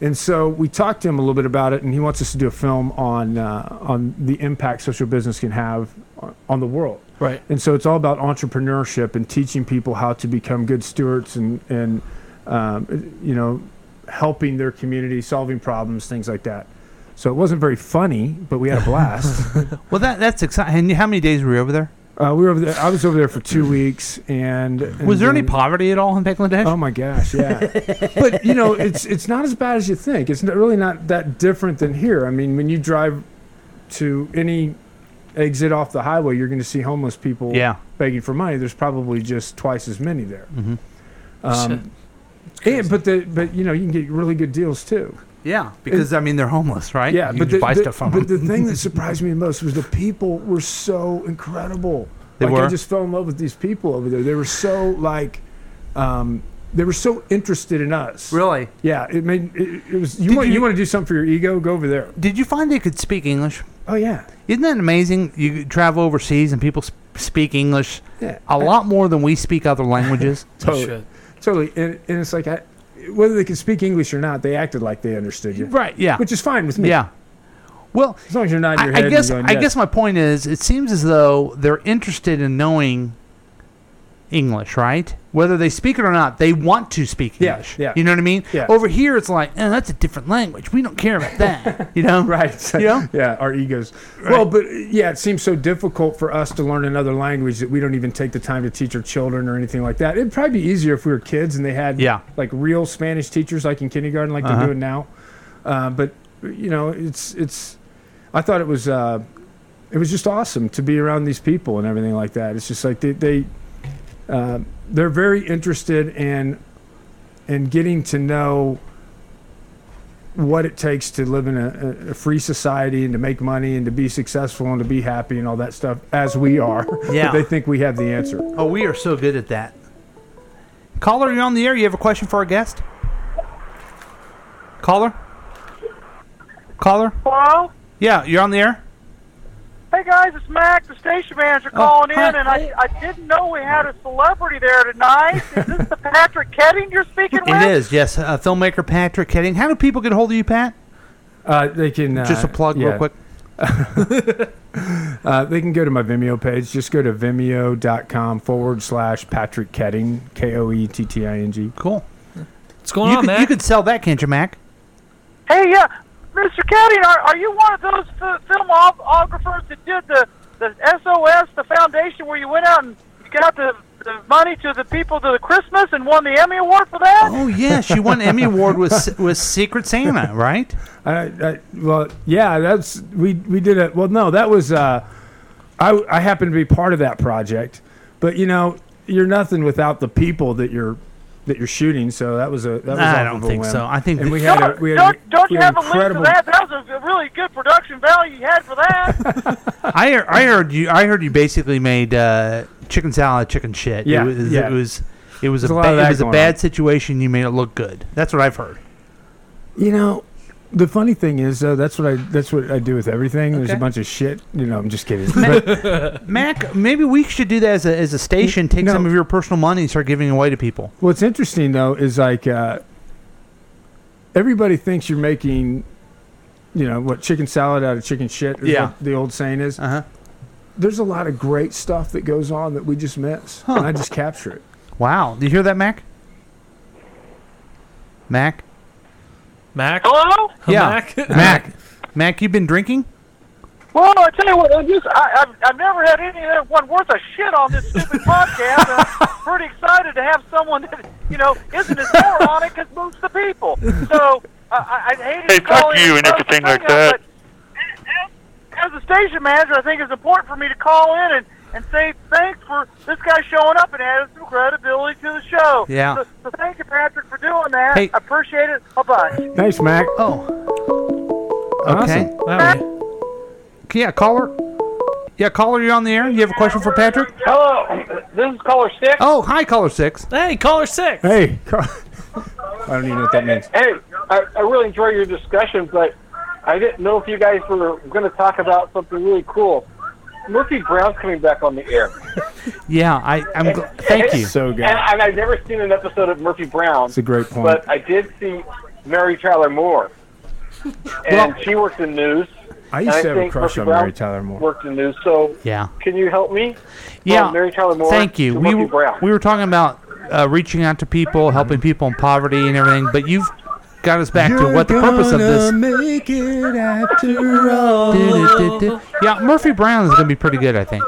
Speaker 10: And so we talked to him a little bit about it, and he wants us to do a film on uh, on the impact social business can have on- on the world.
Speaker 9: Right.
Speaker 10: And so it's all about entrepreneurship and teaching people how to become good stewards and and um, you know helping their community, solving problems, things like that. So it wasn't very funny, but we had
Speaker 8: *laughs*
Speaker 10: a blast.
Speaker 8: Well, that that's exciting. And how many days were you over there?
Speaker 10: uh, we were over there, I was over there for two weeks, and, and
Speaker 8: Was there any
Speaker 10: then-
Speaker 8: poverty at all in Bangladesh?
Speaker 10: Oh my gosh, yeah. but you know, it's it's not as bad as you think. It's not, really not that different than here. I mean, when you drive to any exit off the highway, you're going to see homeless people
Speaker 8: Yeah.
Speaker 10: begging for money. There's probably just twice as many there.
Speaker 8: Mhm.
Speaker 10: Um, and but the but you know you can get really good deals too.
Speaker 8: Yeah, because I mean they're homeless, right?
Speaker 10: Yeah,
Speaker 8: you
Speaker 10: but
Speaker 8: just
Speaker 10: the,
Speaker 8: buy
Speaker 10: the-
Speaker 8: stuff from
Speaker 10: but
Speaker 8: them.
Speaker 10: the thing that surprised me the most was the people were so incredible.
Speaker 8: They
Speaker 10: like
Speaker 8: were?
Speaker 10: I just fell in love with these people over there. They were so like, um, they were so interested in us.
Speaker 8: Really?
Speaker 10: Yeah. It made it, it was. You
Speaker 8: Did
Speaker 10: want
Speaker 8: you-
Speaker 10: you, want to do something for your ego? Go over there.
Speaker 8: Did you find they could speak English?
Speaker 10: Oh yeah.
Speaker 8: Isn't that amazing? You travel overseas and people sp- speak English
Speaker 10: Yeah.
Speaker 8: a lot more than we speak other languages.
Speaker 10: *laughs* Totally. Totally. And, and it's like I, whether they could speak English or not, they acted like they understood you.
Speaker 8: Right, yeah.
Speaker 10: Which is fine with me.
Speaker 8: Yeah. Well,
Speaker 10: As long as you're nodding your
Speaker 8: I,
Speaker 10: head.
Speaker 8: I
Speaker 10: and
Speaker 8: guess
Speaker 10: going,
Speaker 8: I
Speaker 10: "Yes."
Speaker 8: guess my point is it seems as though they're interested in knowing English, right? Whether they speak it or not, they want to speak
Speaker 10: Yeah,
Speaker 8: English.
Speaker 10: yeah.
Speaker 8: You know what I mean?
Speaker 10: Yeah.
Speaker 8: Over here, it's like, eh, that's a different language. We don't care about that.
Speaker 10: *laughs*
Speaker 8: you know? *laughs*
Speaker 10: right.
Speaker 8: You know?
Speaker 10: *laughs* Yeah, our egos. Well, but yeah, it seems so difficult for us to learn another language that we don't even take the time to teach our children or anything like that. It'd probably be easier if we were kids and they had
Speaker 8: Yeah.
Speaker 10: like real Spanish teachers, like in kindergarten, like
Speaker 8: Uh-huh.
Speaker 10: they're doing now. Uh, but you know, it's it's. I thought it was uh, it was just awesome to be around these people and everything like that. It's just like they they uh, they're very interested in in getting to know what it takes to live in a, a free society and to make money and to be successful and to be happy and all that stuff as we are. *laughs*
Speaker 8: Yeah.
Speaker 10: But they think we have the answer.
Speaker 8: Oh, we are so good at that. Caller, you're on the air. You have a question for our guest? Caller? Caller?
Speaker 17: Hello?
Speaker 8: Yeah, you're on the air?
Speaker 17: Hey guys, it's Mac, the station manager,
Speaker 8: Oh,
Speaker 17: calling
Speaker 8: hi.
Speaker 17: in, and I, I didn't know we had a celebrity there tonight. Is this the Patrick Ketting you're speaking with?
Speaker 8: It is, yes. Uh, filmmaker Patrick Heading. How do people get a hold of you, Pat?
Speaker 10: Uh, they can uh,
Speaker 8: Just a plug, real
Speaker 10: yeah.
Speaker 8: quick.
Speaker 10: Uh, they can go to my Vimeo page. Just go to vimeo.com forward slash Patrick Ketting, K O E T T I N G.
Speaker 8: Cool.
Speaker 9: What's
Speaker 17: going
Speaker 8: you
Speaker 17: on,
Speaker 8: could,
Speaker 17: Mac?
Speaker 8: You could sell that, can't you, Mac?
Speaker 17: Hey, yeah, Mr. Ketting, are, are you one of those f- filmographers that did the, the SOS, the foundation where you went out and you got the, the money to the people to the Christmas and won the Emmy Award for that?
Speaker 8: Oh, yeah. She won an Emmy Award with, with Secret Santa, right?
Speaker 10: I, I, well, yeah, that's we we did it. Well, no, that was uh, I I happened to be part of that project, but you know, you're nothing without the people that you're that you're shooting. So that was a that was
Speaker 8: Nah, I
Speaker 10: off
Speaker 8: don't
Speaker 10: of a
Speaker 8: think
Speaker 10: whim.
Speaker 8: so. I think
Speaker 10: and
Speaker 8: that-
Speaker 10: we had a, we had a-
Speaker 17: Don't, don't
Speaker 10: we
Speaker 17: you
Speaker 10: had
Speaker 17: have a
Speaker 10: an
Speaker 17: link to
Speaker 10: incredible-
Speaker 17: that? That was a really good production value you had for that.
Speaker 8: I, hear- I heard you. I heard you basically made uh, chicken salad, chicken shit.
Speaker 10: Yeah,
Speaker 8: it was,
Speaker 10: yeah.
Speaker 8: It was. It was a,
Speaker 10: There's a lot of
Speaker 8: ba-
Speaker 10: that
Speaker 8: it was a
Speaker 10: going
Speaker 8: bad
Speaker 10: on.
Speaker 8: situation. You made it look good. That's what I've heard.
Speaker 10: You know, the funny thing is though, that's what I that's what I do with everything. There's a
Speaker 8: Okay.
Speaker 10: bunch of shit. You know, I'm just kidding.
Speaker 17: *laughs*
Speaker 10: But
Speaker 8: Mac, maybe we should do that as a, as a station. Take some of your personal money and start giving away to people.
Speaker 10: what's interesting though is like uh, everybody thinks you're making, you know, what chicken salad out of chicken shit. Is
Speaker 8: Yeah.
Speaker 10: what the old saying is. Uh huh. There's a lot of great stuff that goes on that we just miss, and I just capture it.
Speaker 8: Wow, do you hear that, Mac? Mac.
Speaker 9: Mac.
Speaker 17: Hello.
Speaker 8: Yeah.
Speaker 9: Mac?
Speaker 8: Mac. *laughs* Mac, you've been drinking.
Speaker 17: Well, I tell you what, I just I, I've, I've never had anyone worth a shit on this stupid podcast. and
Speaker 8: *laughs*
Speaker 17: I'm pretty excited to have someone that you know isn't as moronic as most of the people. So I I, I hated
Speaker 12: Hey,
Speaker 17: to call
Speaker 12: fuck
Speaker 17: in
Speaker 12: you and
Speaker 17: bust
Speaker 12: everything
Speaker 17: the
Speaker 12: like
Speaker 17: thing
Speaker 12: that.
Speaker 17: up, but As a station manager, I think it's important for me to call in and, and say thanks for this guy showing up and adding some credibility to the show.
Speaker 10: Yeah.
Speaker 17: So, so thank you, Patrick, for doing that.
Speaker 10: Hey.
Speaker 17: I appreciate it. Bye bye.
Speaker 10: Thanks, Mac.
Speaker 8: Oh. Okay. Yeah, caller. Yeah, caller, you're on the air. You have a question for Patrick?
Speaker 17: Hello. This is caller six.
Speaker 8: Oh, hi, caller six.
Speaker 9: Hey, caller six.
Speaker 10: Hey. I don't even know what that means.
Speaker 17: Hey, I, I really enjoy your discussion, but I didn't know if you guys were going to talk about something really cool. Murphy Brown's coming back on the air.
Speaker 8: Yeah, I, I'm. Gl- thank you.
Speaker 10: So
Speaker 17: And, and I've never seen an episode of Murphy Brown.
Speaker 10: It's a great point.
Speaker 17: But I did see Mary Tyler Moore. And she worked in news.
Speaker 10: I used
Speaker 17: And
Speaker 10: to have a
Speaker 17: think
Speaker 10: crush
Speaker 17: Murphy
Speaker 10: on
Speaker 17: Brown
Speaker 10: Mary Tyler Moore.
Speaker 17: Worked in news. So
Speaker 8: Yeah.
Speaker 17: can you help me?
Speaker 8: Yeah.
Speaker 17: From Mary Tyler Moore.
Speaker 8: Thank you.
Speaker 17: to
Speaker 8: We
Speaker 17: Murphy
Speaker 8: were,
Speaker 17: Brown.
Speaker 8: we were talking about uh, reaching out to people, helping people in poverty and everything, but you've got us back to what the purpose of this.
Speaker 10: Make it
Speaker 8: *laughs*
Speaker 10: after all.
Speaker 8: Yeah, Murphy Brown is going to be pretty good, I think.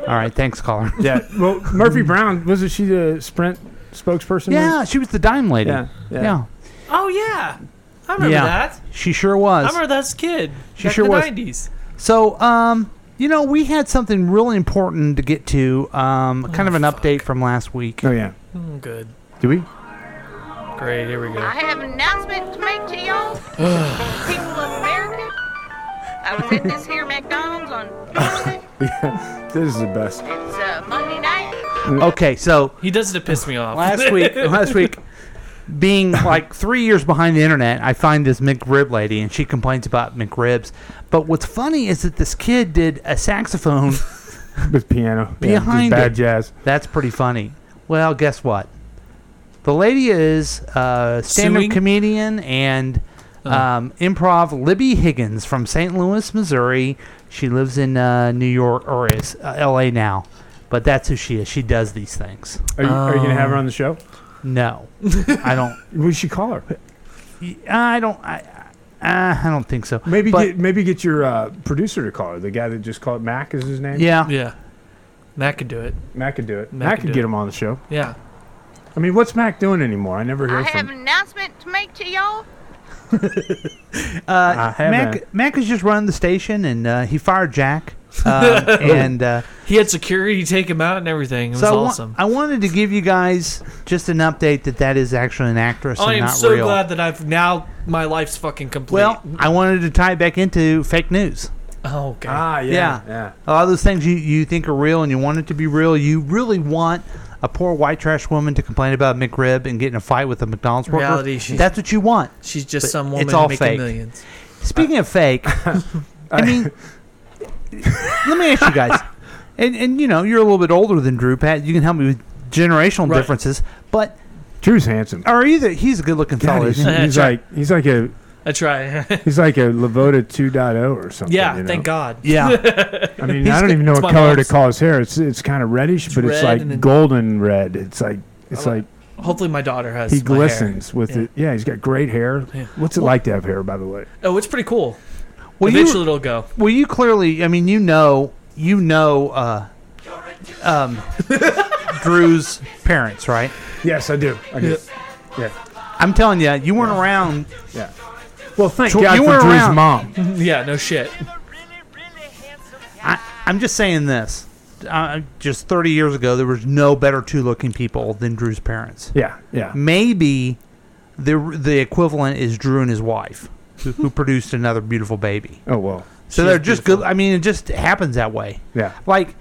Speaker 8: All right, thanks, caller.
Speaker 10: Yeah. Well, Murphy Brown wasn't she the Sprint
Speaker 8: *laughs*
Speaker 10: spokesperson?
Speaker 8: Yeah, she was the dime lady.
Speaker 10: Yeah, yeah.
Speaker 8: yeah.
Speaker 9: Oh yeah, I remember
Speaker 8: Yeah.
Speaker 9: that.
Speaker 8: She sure was.
Speaker 9: I remember that as a kid.
Speaker 8: She
Speaker 9: back
Speaker 8: sure
Speaker 9: in the
Speaker 8: was.
Speaker 9: Nineties.
Speaker 8: So, um, you know, we had something really important to get to. Um, kind of an
Speaker 9: Oh,
Speaker 8: update from last week.
Speaker 10: Oh yeah.
Speaker 9: good.
Speaker 8: Do we?
Speaker 9: Great. Here we go.
Speaker 18: I have an announcement to make to y'all, people of America. I was at this here McDonald's on Thursday.
Speaker 10: *laughs* Yeah. This is the best.
Speaker 18: It's uh, Monday night.
Speaker 8: Okay, so
Speaker 9: he does it to piss me off. *laughs*
Speaker 8: Last week, last week, being like three years behind the internet, I find this McRib lady, and she complains about McRibs. But what's funny is that this kid did a saxophone
Speaker 10: with piano Yeah, just
Speaker 8: behind
Speaker 10: bad
Speaker 8: it.
Speaker 10: jazz.
Speaker 8: That's pretty funny. Well, guess what? The lady is uh, stand-up
Speaker 9: Suing?
Speaker 8: comedian and um, improv Libby Higgins from St. Louis, Missouri. She lives in uh, New York or is uh, L.A. now, but that's who she is. She does these things.
Speaker 10: Are you, are you gonna have her on the show?
Speaker 8: No, I don't.
Speaker 10: We should call her.
Speaker 8: Uh, I don't. I, I, I don't think so.
Speaker 10: Maybe
Speaker 8: But-
Speaker 10: get maybe get your uh, producer to call her. The guy that just called Mac is his name.
Speaker 8: Yeah.
Speaker 9: Yeah. Mac could do it.
Speaker 10: Mac could do it.
Speaker 9: Mac
Speaker 10: Mac,
Speaker 9: could
Speaker 10: could
Speaker 9: do
Speaker 10: get
Speaker 9: it.
Speaker 10: him on the show.
Speaker 9: Yeah.
Speaker 10: I mean, what's Mac doing anymore? I never
Speaker 18: I
Speaker 10: hear
Speaker 18: have
Speaker 10: from.
Speaker 18: an announcement to make to y'all.
Speaker 8: Uh,
Speaker 10: I have
Speaker 8: Mac, Mac is just running the station, and uh, he fired Jack.
Speaker 9: *laughs*
Speaker 8: Um, and uh,
Speaker 9: he had security take him out and everything. It was
Speaker 8: so I, wa-
Speaker 9: awesome.
Speaker 8: I wanted to give you guys just an update that that is actually an actress and
Speaker 9: I am
Speaker 8: not
Speaker 9: so
Speaker 8: real.
Speaker 9: glad that I've now my life's fucking complete.
Speaker 8: Well, I wanted to tie back into fake news.
Speaker 9: oh okay.
Speaker 10: Ah,
Speaker 8: yeah,
Speaker 10: yeah.
Speaker 8: A lot of those things you, you think are real and you want it to be real. You really want a poor white trash woman to complain about McRib and get in a fight with a McDonald's worker.
Speaker 9: Reality, she-
Speaker 8: That's what you want.
Speaker 9: She's just
Speaker 8: But
Speaker 9: some
Speaker 8: it's
Speaker 9: woman
Speaker 8: all
Speaker 9: making
Speaker 8: fake.
Speaker 9: millions.
Speaker 8: Speaking of
Speaker 10: *laughs*
Speaker 8: fake, I mean, let me ask you
Speaker 10: *laughs*
Speaker 8: guys, and and you know you're a little bit older than Drew Pat. You can help me with generational
Speaker 10: Right.
Speaker 8: differences, but
Speaker 10: Drew's handsome.
Speaker 8: Are either he's a good looking
Speaker 10: God,
Speaker 8: fellow.
Speaker 10: he's,
Speaker 8: isn't he?
Speaker 10: he's like he's like a
Speaker 9: That's *laughs* right.
Speaker 10: he's like a Lavota 2.0 or something.
Speaker 9: yeah,
Speaker 10: you know?
Speaker 9: thank God.
Speaker 8: Yeah.
Speaker 10: I mean,
Speaker 8: He's
Speaker 10: I don't
Speaker 8: g-
Speaker 10: even know
Speaker 8: it's
Speaker 10: what
Speaker 8: my
Speaker 10: color to
Speaker 8: mom's.
Speaker 10: call his hair. It's it's kind of reddish, but it's
Speaker 9: red
Speaker 10: like
Speaker 9: and then-
Speaker 10: golden red. It's like it's like
Speaker 9: Hopefully, my daughter has.
Speaker 10: he
Speaker 9: my hair.
Speaker 10: glistens with it. Yeah, he's got great hair. What's it
Speaker 9: Well-
Speaker 10: like to have hair, by the way?
Speaker 9: Oh, it's pretty cool.
Speaker 8: *laughs* Well, you-
Speaker 9: Eventually, it'll go.
Speaker 8: Well, you clearly, I mean, you know, you know, uh,
Speaker 9: *laughs*
Speaker 8: um, Drew's parents, right?
Speaker 10: Yes, I do. I do. Yeah.
Speaker 8: I'm telling you, you weren't around.
Speaker 10: Yeah. Well, thank
Speaker 8: Tw-
Speaker 10: God
Speaker 8: you
Speaker 10: for
Speaker 8: weren't
Speaker 10: Drew's
Speaker 8: around.
Speaker 10: mom.
Speaker 9: yeah, no shit.
Speaker 8: I, I'm just saying this. Uh, just 30 years ago, there was no better two-looking people than Drew's parents.
Speaker 10: Yeah, yeah.
Speaker 8: Maybe the the equivalent is Drew and his wife, who,
Speaker 10: *laughs*
Speaker 8: who produced another beautiful baby.
Speaker 10: Oh well.
Speaker 8: So
Speaker 10: She
Speaker 8: they're
Speaker 10: is
Speaker 8: just good. I mean, it just happens that way.
Speaker 10: Yeah.
Speaker 8: Like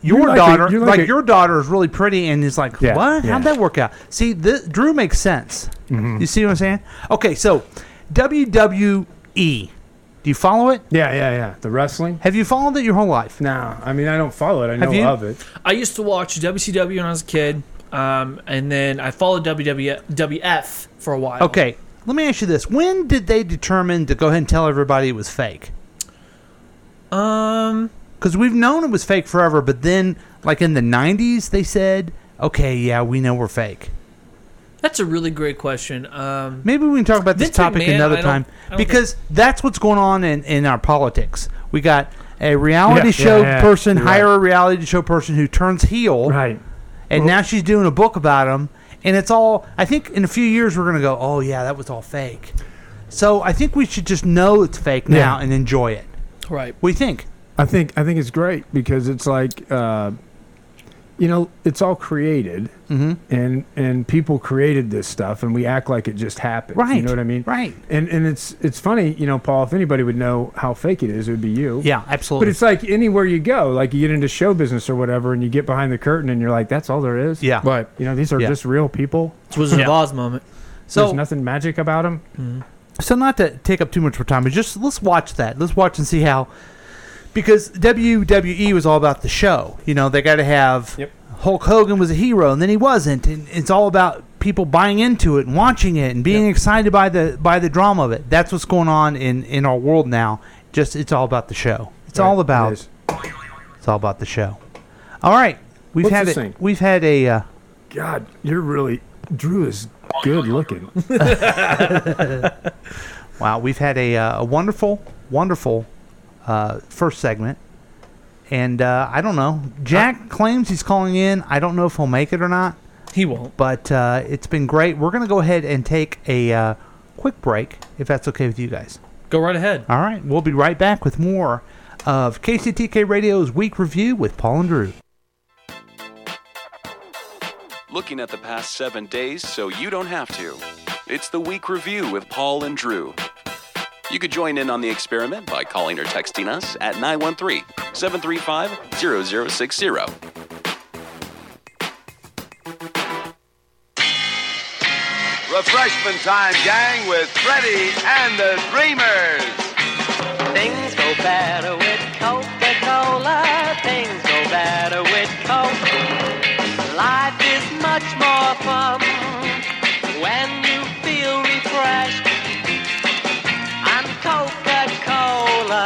Speaker 10: You're
Speaker 8: your
Speaker 10: like a-
Speaker 8: daughter,
Speaker 10: you're
Speaker 8: like,
Speaker 10: like a-
Speaker 8: your daughter is really pretty, and it's like,
Speaker 10: Yeah,
Speaker 8: what?
Speaker 10: yeah.
Speaker 8: How'd that work out? See, this, Drew makes sense.
Speaker 10: Mhm.
Speaker 8: You see what I'm saying? Okay, so WWE. Do you follow it?
Speaker 10: Yeah, yeah, yeah. The wrestling.
Speaker 8: Have you followed it your whole life?
Speaker 10: No, I mean I don't follow it. I
Speaker 9: Have
Speaker 10: know
Speaker 9: you?
Speaker 10: of it.
Speaker 9: I used to watch WCW when I was a kid, um, and then I followed WWF for a while.
Speaker 8: Okay, let me ask you this: When did they determine to go ahead and tell everybody it was fake?
Speaker 9: Um,
Speaker 8: because we've known it was fake forever, but then, like in the '90s, they said, "Okay, yeah, we know we're fake."
Speaker 9: That's a really great question. Um,
Speaker 8: Maybe we can talk about this
Speaker 9: Vince
Speaker 8: topic
Speaker 9: McMahon, I
Speaker 8: another
Speaker 9: don't-
Speaker 8: time
Speaker 9: I don't
Speaker 8: because that's what's going on in, in our politics. We got a reality
Speaker 10: Yeah,
Speaker 8: show
Speaker 10: yeah, yeah.
Speaker 8: person
Speaker 10: You're
Speaker 8: hire a reality show person who turns heel,
Speaker 10: right?
Speaker 8: And now she's doing a book about him, and it's all. I think in a few years we're gonna go, oh yeah, that was all fake. So I think we should just know it's fake
Speaker 10: Yeah.
Speaker 8: now and enjoy it.
Speaker 9: Right.
Speaker 8: We think.
Speaker 10: I think I think it's great because it's like, uh, you know, it's all created, and and people created this stuff, and we act like it just happened. You
Speaker 8: Right,
Speaker 10: know what I mean?
Speaker 8: right.
Speaker 10: And and it's it's funny, you know, Paul. If anybody would know how fake it is, it would be you.
Speaker 8: Yeah, absolutely.
Speaker 10: But it's like anywhere you go, like you get into show business or whatever, and you get behind the curtain, and you're like, that's all there is.
Speaker 8: Yeah.
Speaker 9: Right.
Speaker 10: You know, these are
Speaker 8: Yeah.
Speaker 10: just real people.
Speaker 9: It's Wizard of Oz moment.
Speaker 8: So-
Speaker 10: There's nothing magic about them.
Speaker 8: so not to take up too much of our time, but just let's watch that. Let's watch and see how, because WWE was all about the show. You know, they got to have Hulk Hogan was a hero, and then he wasn't, and it's all about people buying into it and watching it and being excited by the by the drama of it. That's what's going on in in our world now. Just it's all about the show. It's all about. it's all about the show. All right, we've
Speaker 10: What's
Speaker 8: had
Speaker 10: this
Speaker 8: it.
Speaker 10: thing?
Speaker 8: We've had a. Uh,
Speaker 10: God, you're really Drew is good looking.
Speaker 8: Wow, we've had a, uh, a wonderful, wonderful uh, first segment. And uh, I don't know. Jack claims he's calling in. I don't know if he'll make it or not.
Speaker 9: He won't.
Speaker 8: But uh, it's been great. We're going to go ahead and take a uh, quick break, if that's okay with you guys.
Speaker 9: Go right ahead.
Speaker 8: All right. We'll be right back with more of KCTK Radio's Week Review with Paul and Drew.
Speaker 19: Looking at the past seven days so you don't have to. It's the week review with Paul and Drew. You could join in on the experiment by calling or texting us at 913 735 0060.
Speaker 20: Refreshment time, gang, with Freddy and the Dreamers. Things go better with Coca-Cola. Things go better with Coke. Life is much more fun when you feel refreshed. And Coca-Cola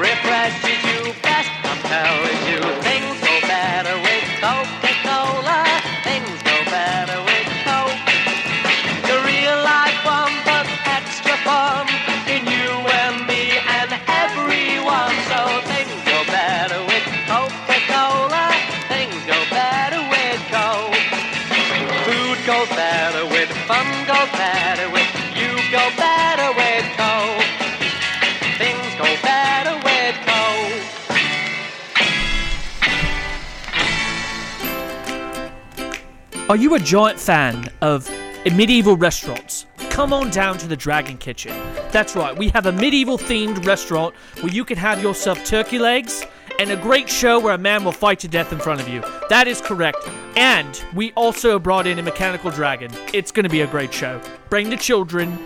Speaker 20: refreshes you best. I'm telling you, things go better with Coca-Cola. Things go better with Coke. The real life one, but extra fun in you and me and everyone. So things go better with Coca-Cola. Things go better with Coke. Food goes better with fun. Goes better with you. Go better with Coke. Things go better with Coke.
Speaker 9: Are you a giant fan of medieval restaurants? Come on down to the Dragon Kitchen. That's right, we have a medieval themed restaurant where you can have yourself turkey legs and a great show where a man will fight to death in front of you. That is correct. And we also brought in a mechanical dragon. It's going to be a great show. Bring the children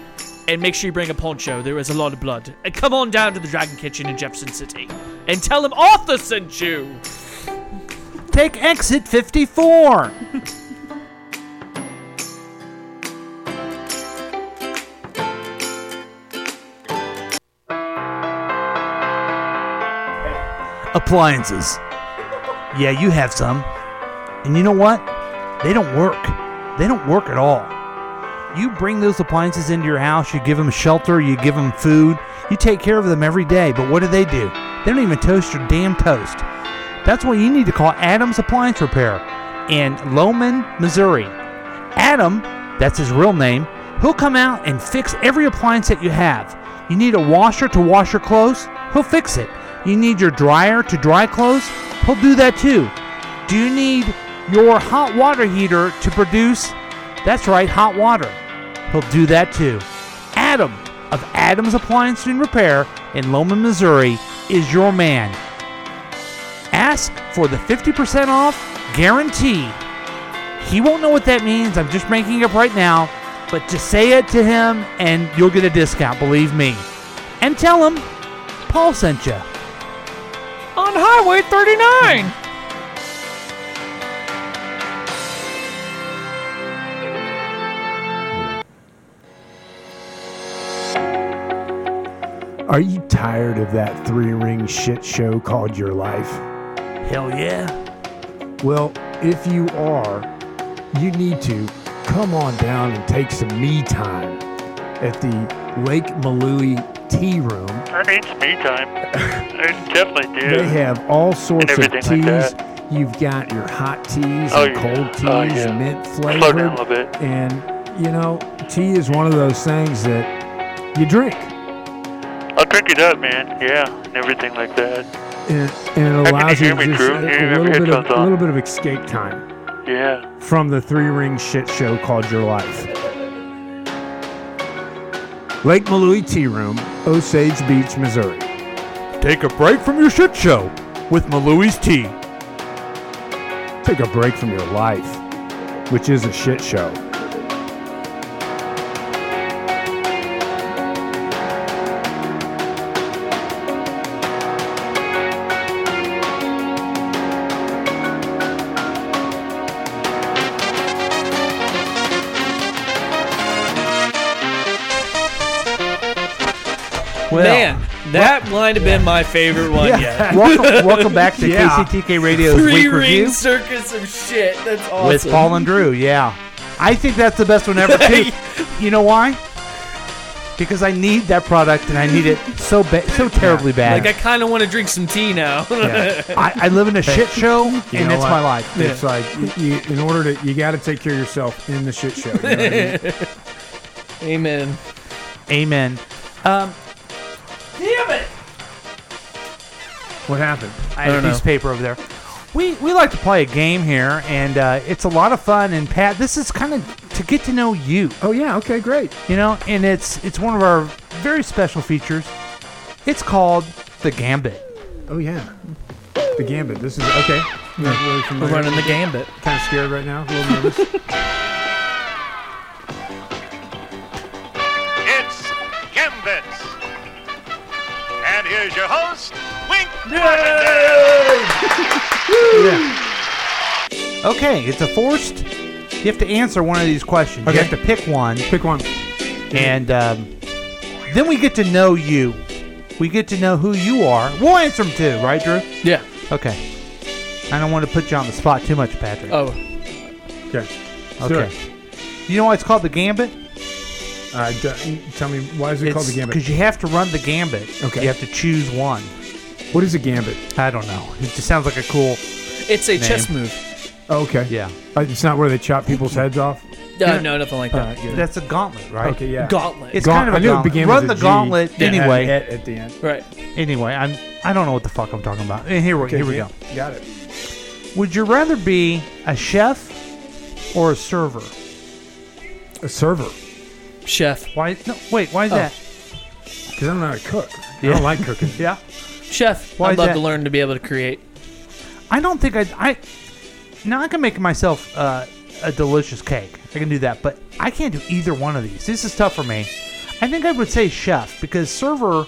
Speaker 9: and make sure you bring a poncho. There is a lot of blood. And come on down to the Dragon Kitchen in Jefferson City and tell them Arthur sent you.
Speaker 8: Take exit 54. Appliances. Yeah, you have some. And you know what? They don't work. They don't work at all. You bring those appliances into your house, you give them shelter, you give them food, you take care of them every day. But what do they do? They don't even toast your damn toast. That's why you need to call Adams Appliance Repair in Loman, Missouri. Adam, that's his real name, he'll come out and fix every appliance that you have. You need a washer to wash your clothes? He'll fix it. You need your dryer to dry clothes? He'll do that too. Do you need your hot water heater to produce? That's right, hot water. He'll do that too. Adam of Adams Appliance and Repair in Loman, Missouri is your man. Ask for the 50% off guarantee. He won't know what that means. I'm just making it up right now. But just say it to him and you'll get a discount, believe me. And tell him Paul sent you.
Speaker 9: On Highway 39!
Speaker 10: Are you tired of that three ring shit show called your life?
Speaker 8: Hell yeah.
Speaker 10: Well, if you are, you need to come on down and take some me time at the Lake Malui Tea Room.
Speaker 17: That needs me time. it definitely do.
Speaker 10: They have all sorts of
Speaker 17: everything
Speaker 10: teas.
Speaker 17: like that.
Speaker 10: You've got your hot teas
Speaker 17: Oh,
Speaker 10: and
Speaker 17: yeah.
Speaker 10: cold teas,
Speaker 17: Oh, yeah.
Speaker 10: mint
Speaker 17: Slow down
Speaker 10: flavored,
Speaker 17: a little bit.
Speaker 10: and you know, tea is one of those things that you drink.
Speaker 17: I'll drink it up, man. Yeah, and everything like that.
Speaker 10: and, and
Speaker 17: How
Speaker 10: it
Speaker 17: can
Speaker 10: allows
Speaker 17: you
Speaker 10: you
Speaker 17: hear me,
Speaker 10: just
Speaker 17: Drew?
Speaker 10: a,
Speaker 17: You
Speaker 10: a
Speaker 17: have
Speaker 10: little,
Speaker 17: your
Speaker 10: bit of,
Speaker 17: headphones on.
Speaker 10: little bit of escape time
Speaker 17: Yeah.
Speaker 10: from the three ring shit show called Your Life. Lake Malui Tea Room, Osage Beach, Missouri.
Speaker 8: Take a break from your shit show with Malouie's Tea.
Speaker 10: Take a break from your life, which is a shit show.
Speaker 8: Well,
Speaker 9: Man, that might have been my favorite one
Speaker 8: Yeah. *laughs*
Speaker 9: yet.
Speaker 8: Welcome- welcome back *laughs* to KCTK Radio's
Speaker 9: Three
Speaker 8: Week
Speaker 9: ring
Speaker 8: Review.
Speaker 9: circus of shit. That's awesome.
Speaker 8: With Paul and Drew, yeah. I think that's the best one ever, too. you know why? Because I need that product and I need it so ba- so terribly bad.
Speaker 9: Like I kind of want to drink some tea now. *laughs*
Speaker 8: I, I live in a shit show and
Speaker 9: You know
Speaker 8: it's
Speaker 9: what?
Speaker 8: my life.
Speaker 9: It's
Speaker 10: like you, in order to you got to take care of yourself in the shit show.
Speaker 9: *laughs* Amen.
Speaker 8: Amen. Um,
Speaker 9: Damn it!
Speaker 8: What happened? I
Speaker 9: I
Speaker 8: had
Speaker 9: don't
Speaker 8: a
Speaker 9: know.
Speaker 8: piece of paper over there. We, we like to play a game here, and uh, it's a lot of fun. And Pat, this is kind of to get to know you.
Speaker 10: Oh yeah, okay, great.
Speaker 8: You know, and it's it's one of our very special features. It's called the Gambit.
Speaker 10: Oh yeah, the gambit. This is okay. Not really familiar.
Speaker 8: running the gambit.
Speaker 10: Kind of scared right now. A little nervous.
Speaker 4: It's Gambits. And here's your host, Wink.
Speaker 8: Okay, it's a forced. You have to answer one of these questions. You
Speaker 10: Okay.
Speaker 8: have to pick one.
Speaker 10: Pick one.
Speaker 8: And um, then we get to know you. We get to know who you are. We'll answer them too, right, Drew?
Speaker 9: Yeah.
Speaker 8: Okay. I don't want to put you on the spot too much, Patrick.
Speaker 9: Oh.
Speaker 10: Okay. Let's do
Speaker 8: Okay. You know why it's called the gambit?
Speaker 10: Uh, d- tell me, why is it called the gambit?
Speaker 8: Because you have to run the gambit.
Speaker 10: Okay.
Speaker 8: You have to choose one.
Speaker 10: What is a gambit?
Speaker 8: I don't know. It just sounds like a cool.
Speaker 9: It's a
Speaker 8: name.
Speaker 9: chess move.
Speaker 10: Okay.
Speaker 8: Yeah.
Speaker 10: Uh, it's not where they chop people's heads off.
Speaker 9: No, Uh, no, nothing like that.
Speaker 10: Alright, good.
Speaker 8: That's a gauntlet, right?
Speaker 10: Uh, Okay, yeah.
Speaker 8: Gauntlet. It's
Speaker 10: Gaunt-
Speaker 8: kind of a
Speaker 10: I knew it
Speaker 8: gauntlet.
Speaker 10: began
Speaker 8: Run
Speaker 10: with
Speaker 8: the
Speaker 10: a G
Speaker 8: gauntlet
Speaker 10: and had
Speaker 8: anyway.
Speaker 10: an et at the end.
Speaker 9: Right.
Speaker 8: Anyway, I'm. I don't know what the fuck I'm talking about. Eh, Here we
Speaker 10: Okay,
Speaker 8: here we
Speaker 10: yeah.
Speaker 8: go.
Speaker 10: Got it.
Speaker 8: Would you rather be a chef or a server?
Speaker 10: A server.
Speaker 9: Chef.
Speaker 8: Why? No, wait. Why is
Speaker 9: Oh.
Speaker 8: that?
Speaker 10: Because I'm not a cook. I don't like cooking.
Speaker 8: *laughs* Yeah.
Speaker 9: Chef.
Speaker 8: Why
Speaker 9: I'd
Speaker 8: is
Speaker 9: love
Speaker 8: that?
Speaker 9: to learn to be able to create.
Speaker 8: I don't think I. I now I can make myself uh, a delicious cake. I can do that, but I can't do either one of these. This is tough for me. I think I would say chef because server